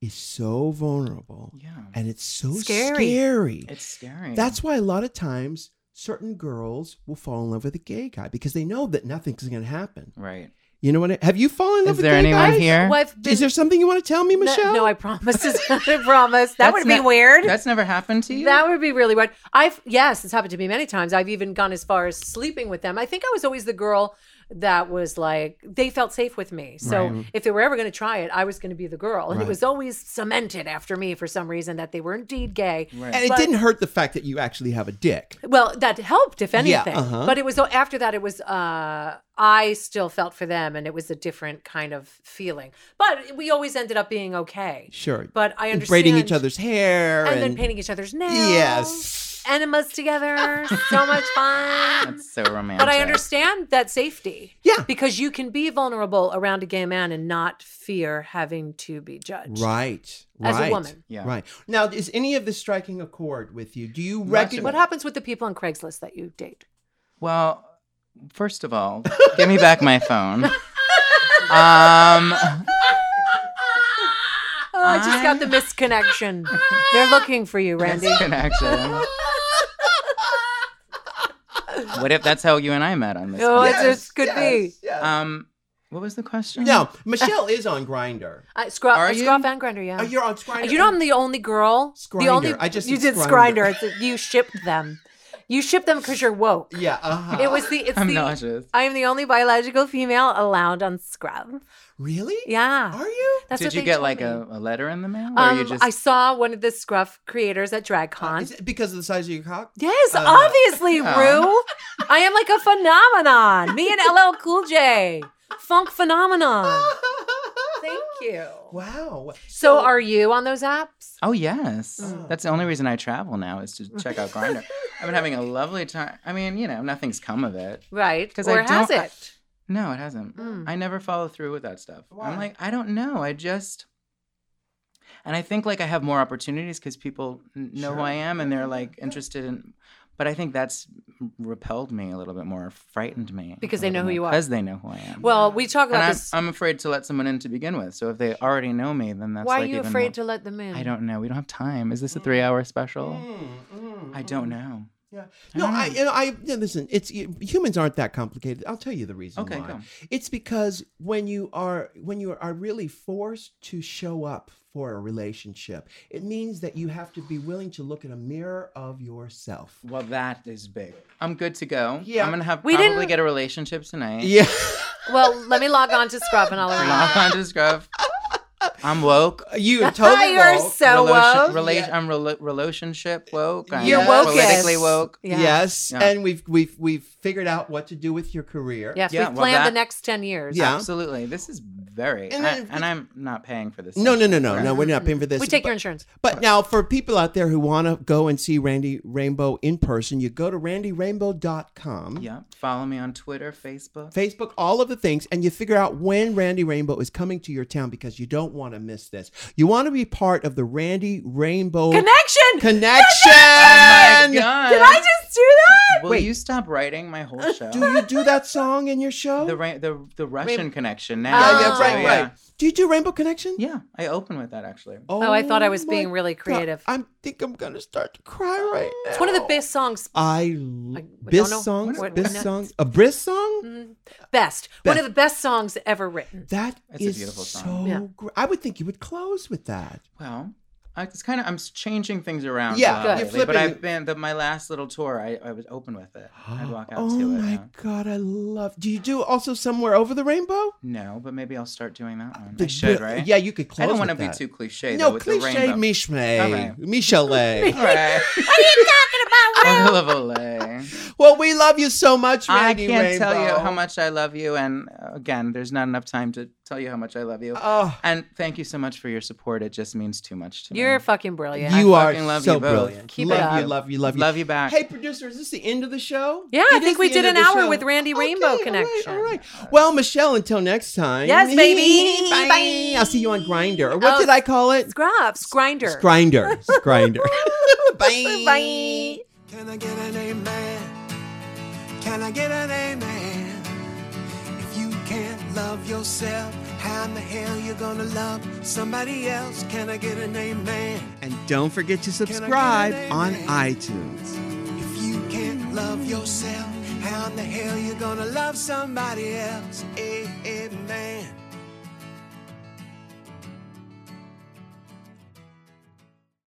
Speaker 1: is so vulnerable,
Speaker 3: Yeah.
Speaker 1: and it's so
Speaker 2: Scary.
Speaker 1: scary.
Speaker 3: It's scary.
Speaker 1: That's why a lot of times certain girls will fall in love with a gay guy because they know that nothing's going to happen.
Speaker 3: right.
Speaker 1: You know what? I, have you fallen in love
Speaker 3: Is
Speaker 1: with
Speaker 3: there
Speaker 1: gay
Speaker 3: anyone
Speaker 1: guys?
Speaker 3: here?
Speaker 2: Well, I've
Speaker 1: Is there something you want to tell me,
Speaker 2: No-
Speaker 1: Michelle?
Speaker 2: No, I promise. [LAUGHS] I promise. That
Speaker 3: That's
Speaker 2: would be
Speaker 3: not-
Speaker 2: weird.
Speaker 3: That's never happened to you.
Speaker 2: That would be really weird. I've yes, it's happened to me many times. I've even gone as far as sleeping with them. I think I was always the girl that was like they felt safe with me. So
Speaker 3: Right.
Speaker 2: if they were ever going to try it, I was going to be the girl, and
Speaker 1: Right.
Speaker 2: it was always cemented after me for some reason that they were indeed gay.
Speaker 3: Right.
Speaker 1: and it
Speaker 2: But-
Speaker 1: didn't hurt the fact that you actually have a dick.
Speaker 2: Well, that helped if anything.
Speaker 1: uh-huh.
Speaker 2: But it was after that it was uh I still felt for them and it was a different kind of feeling. But we always ended up being okay.
Speaker 1: Sure.
Speaker 2: But I
Speaker 1: And
Speaker 2: understand
Speaker 1: braiding each other's hair
Speaker 2: and
Speaker 1: and,
Speaker 2: then painting each other's nails.
Speaker 1: Yes.
Speaker 2: Enemas together. so much fun.
Speaker 3: That's so romantic.
Speaker 2: But I understand that safety.
Speaker 1: Yeah.
Speaker 2: Because you can be vulnerable around a gay man and not fear having to be judged.
Speaker 1: Right.
Speaker 2: As a
Speaker 1: right,
Speaker 2: woman.
Speaker 3: Yeah.
Speaker 1: Right. Now, is any of this striking a chord with you? Do you
Speaker 3: Much of
Speaker 1: recognize?
Speaker 2: What happens with the people on Craigslist that you date?
Speaker 3: Well, first of all, give me back my phone. Um,
Speaker 2: Oh, I just got
Speaker 3: I-
Speaker 2: the misconnection. They're looking for you,
Speaker 3: [LAUGHS]
Speaker 2: Randy.
Speaker 3: connection. What if that's how you and I met on this?
Speaker 2: Oh,
Speaker 3: one?
Speaker 2: it's- Yes, could be.
Speaker 1: yes. Mm-hmm.
Speaker 3: Um, what was the question?
Speaker 1: Now, Michelle is on
Speaker 2: [LAUGHS]
Speaker 1: Grinder.
Speaker 2: I, scruff,
Speaker 3: Are
Speaker 2: I
Speaker 3: you?
Speaker 2: scruff and grinder, yeah.
Speaker 1: Oh, you're on Grinder.
Speaker 2: you know, I'm the only girl.
Speaker 1: Scrinder.
Speaker 2: The only
Speaker 1: I just
Speaker 2: you
Speaker 1: said
Speaker 2: did
Speaker 1: Scrinder.
Speaker 2: Scrinder. It's a- you shipped them. You shipped them because you're woke.
Speaker 1: [LAUGHS] Yeah. Uh-huh.
Speaker 2: It was the. It's
Speaker 3: I'm
Speaker 2: the.
Speaker 3: nauseous.
Speaker 2: I am the only biological female allowed on Scrub.
Speaker 1: really.
Speaker 2: Yeah,
Speaker 1: Are you?
Speaker 2: that's what
Speaker 3: Did you
Speaker 2: they
Speaker 3: get
Speaker 2: told
Speaker 3: like
Speaker 2: me.
Speaker 3: a, a letter in the mail, or
Speaker 2: Um,
Speaker 3: you just
Speaker 2: I saw one of the Scruff creators at DragCon.
Speaker 1: Is it because of the size of your
Speaker 2: [LAUGHS]
Speaker 1: cock?
Speaker 2: Yes,
Speaker 1: Uh,
Speaker 2: obviously,
Speaker 3: yeah.
Speaker 2: Rue. I am like a phenomenon. Me and LL Cool J, funk phenomenon. Thank you.
Speaker 1: Wow.
Speaker 2: So, are you on those apps?
Speaker 3: Oh yes,
Speaker 1: Oh.
Speaker 3: that's the only reason I travel now is to check out Grinder. I've been having a lovely time. I mean, you know, nothing's come of it.
Speaker 2: Right?
Speaker 3: 'Cause
Speaker 2: Or
Speaker 3: I
Speaker 2: has
Speaker 3: don't-
Speaker 2: it?
Speaker 3: No, it hasn't.
Speaker 2: Mm.
Speaker 3: I never follow through with that stuff.
Speaker 1: Why?
Speaker 3: I'm like, I don't know. I just, and I think like I have more opportunities because people n- know who
Speaker 1: Sure.
Speaker 3: I am and
Speaker 2: Mm-hmm.
Speaker 3: they're like interested in. But I think that's repelled me a little bit more, frightened me
Speaker 2: Because
Speaker 3: a
Speaker 2: they know who
Speaker 3: little more,
Speaker 2: you are.
Speaker 3: Because they know who I am.
Speaker 2: Well, we talk
Speaker 3: and
Speaker 2: about
Speaker 3: I'm,
Speaker 2: this.
Speaker 3: I'm afraid to let someone in to begin with. So if they already know me, then that's
Speaker 2: Why
Speaker 3: like
Speaker 2: are you
Speaker 3: even
Speaker 2: afraid
Speaker 3: more-
Speaker 2: to let them Mm. in?
Speaker 3: I don't know. We don't have time. Is this a three-hour special?
Speaker 1: Mm-hmm.
Speaker 3: I don't know.
Speaker 1: Yeah. No, I, you know, I yeah, listen. It's you- humans aren't that complicated. I'll tell you the reason
Speaker 3: Okay,
Speaker 1: why.
Speaker 3: go.
Speaker 1: It's because when you are when you are really forced to show up for a relationship, it means that you have to be willing to look in a mirror of
Speaker 3: [LAUGHS]
Speaker 1: yourself.
Speaker 3: Well, that is big. I'm good to go.
Speaker 1: Yeah.
Speaker 3: I'm gonna have
Speaker 2: We
Speaker 3: probably
Speaker 2: didn't-
Speaker 3: get a relationship tonight.
Speaker 1: Yeah.
Speaker 2: Well, let me log on to Scrub and I'll arrange.
Speaker 3: Log on to Scruff. I'm woke.
Speaker 1: you totally.
Speaker 2: You're
Speaker 1: woke.
Speaker 2: so- woke?
Speaker 3: Relation- rela-
Speaker 1: Yeah.
Speaker 3: I'm rela- relationship woke. I'm
Speaker 1: You're
Speaker 2: woke,
Speaker 3: Politically
Speaker 2: yes.
Speaker 3: woke.
Speaker 2: Yeah.
Speaker 1: Yes,
Speaker 3: Yeah.
Speaker 1: and we've we've we've figured out what to do with your career.
Speaker 2: Yes,
Speaker 3: Yeah,
Speaker 2: we've
Speaker 3: well,
Speaker 2: planned
Speaker 3: that-
Speaker 2: the next 10 years.
Speaker 1: Yeah.
Speaker 3: Absolutely. This is very.
Speaker 1: And
Speaker 3: And,
Speaker 1: then-
Speaker 3: I, and I'm not paying for this.
Speaker 1: No, no,
Speaker 3: session,
Speaker 1: no, no,
Speaker 3: right?
Speaker 1: no. We're not paying for this.
Speaker 2: We take your
Speaker 1: But-
Speaker 2: insurance.
Speaker 1: But now, for people out there who want to go and see Randy Rainbow in person, you go to randyrainbow.com,
Speaker 3: Yeah. Follow me on Twitter, Facebook.
Speaker 1: Facebook, all of the things, and you figure out when Randy Rainbow is coming to your town because you don't want to miss this. You want to be part of the Randy Rainbow
Speaker 2: Connection.
Speaker 1: connection.
Speaker 3: Oh my God.
Speaker 2: Did I just do that?
Speaker 3: Will
Speaker 1: Wait.
Speaker 3: you stop writing my whole show?
Speaker 1: Do you do that song in your show?
Speaker 3: the ra- the the Russian connection now.
Speaker 1: yeah, yeah,
Speaker 2: Oh.
Speaker 1: right,
Speaker 3: yeah.
Speaker 1: right. Do you do Rainbow Connection?
Speaker 3: Yeah, I open with that actually.
Speaker 2: Oh, I thought I was
Speaker 1: my
Speaker 2: being really
Speaker 1: God.
Speaker 2: creative.
Speaker 1: I think I'm gonna start to cry right now.
Speaker 2: It's one of the best songs.
Speaker 1: I
Speaker 2: don't
Speaker 1: bis
Speaker 2: know.
Speaker 1: songs,
Speaker 2: What-
Speaker 1: bis
Speaker 2: what-
Speaker 1: songs, a bris song.
Speaker 2: Best. One of the best songs ever written.
Speaker 1: That is
Speaker 3: It's a beautiful
Speaker 1: so.
Speaker 3: song.
Speaker 2: Yeah.
Speaker 1: gr- I would think you would close with that.
Speaker 3: Well, I, it's kind of I'm s- changing things around.
Speaker 1: Yeah,
Speaker 3: uh,
Speaker 2: Good.
Speaker 1: you're
Speaker 3: lately, but
Speaker 1: flipping.
Speaker 3: I've been the, my last little tour. I, I was open
Speaker 1: [GASPS]
Speaker 3: with it. [GASPS] I'd walk out
Speaker 1: oh
Speaker 3: to it.
Speaker 1: my
Speaker 3: yeah.
Speaker 1: god, I love. Do you do also somewhere over the rainbow?
Speaker 3: No, but maybe I'll start doing that one. I
Speaker 1: The-
Speaker 3: should,
Speaker 1: the-
Speaker 3: right?
Speaker 1: Yeah, you could close.
Speaker 3: I don't
Speaker 1: want to
Speaker 3: be too cliche.
Speaker 1: No
Speaker 3: though, with The
Speaker 1: cliche,
Speaker 3: rainbow. All
Speaker 1: Michelet,
Speaker 3: right.
Speaker 1: Michelet.
Speaker 3: [LAUGHS]
Speaker 1: [LAUGHS]
Speaker 3: All right.
Speaker 2: What are you talking about?
Speaker 3: Olive Olay.
Speaker 1: well, we love you so much,
Speaker 3: I
Speaker 1: Randy
Speaker 3: can't
Speaker 1: Rainbow.
Speaker 3: tell you how much I love you, and uh, again, there's not enough time to tell you how much I love you.
Speaker 1: Oh,
Speaker 3: and thank you so much for your support. It just means too much to me.
Speaker 2: You're fucking brilliant.
Speaker 1: you are
Speaker 3: fucking love
Speaker 1: so
Speaker 3: you both.
Speaker 1: brilliant.
Speaker 2: Keep it
Speaker 1: love
Speaker 2: up.
Speaker 1: you, love you, love you,
Speaker 3: Love you back.
Speaker 1: Hey, producer, is this the end of the show?
Speaker 2: Yeah, I
Speaker 1: It
Speaker 2: think
Speaker 1: is
Speaker 2: we
Speaker 1: the
Speaker 2: did
Speaker 1: end
Speaker 2: an
Speaker 1: of the
Speaker 2: hour
Speaker 1: show.
Speaker 2: with Randy Rainbow
Speaker 1: all right,
Speaker 2: Connection.
Speaker 1: all right. Well, Michelle, until next time.
Speaker 2: Yes,
Speaker 1: [LAUGHS]
Speaker 2: baby.
Speaker 1: Bye.
Speaker 2: Bye.
Speaker 1: I'll see you on Grinder. Or what
Speaker 2: Oh,
Speaker 1: did I call it?
Speaker 2: Scraps, grinder.
Speaker 1: Grinder.
Speaker 2: [LAUGHS]
Speaker 1: Grinder. [LAUGHS] Bye.
Speaker 2: Bye.
Speaker 4: Can I get an amen? Can I get an amen? If you can't love yourself, how in the hell you gonna love somebody else? Can I get an amen?
Speaker 1: And don't forget to subscribe on iTunes.
Speaker 4: If you can't love yourself, how in the hell you gonna love somebody else? Amen.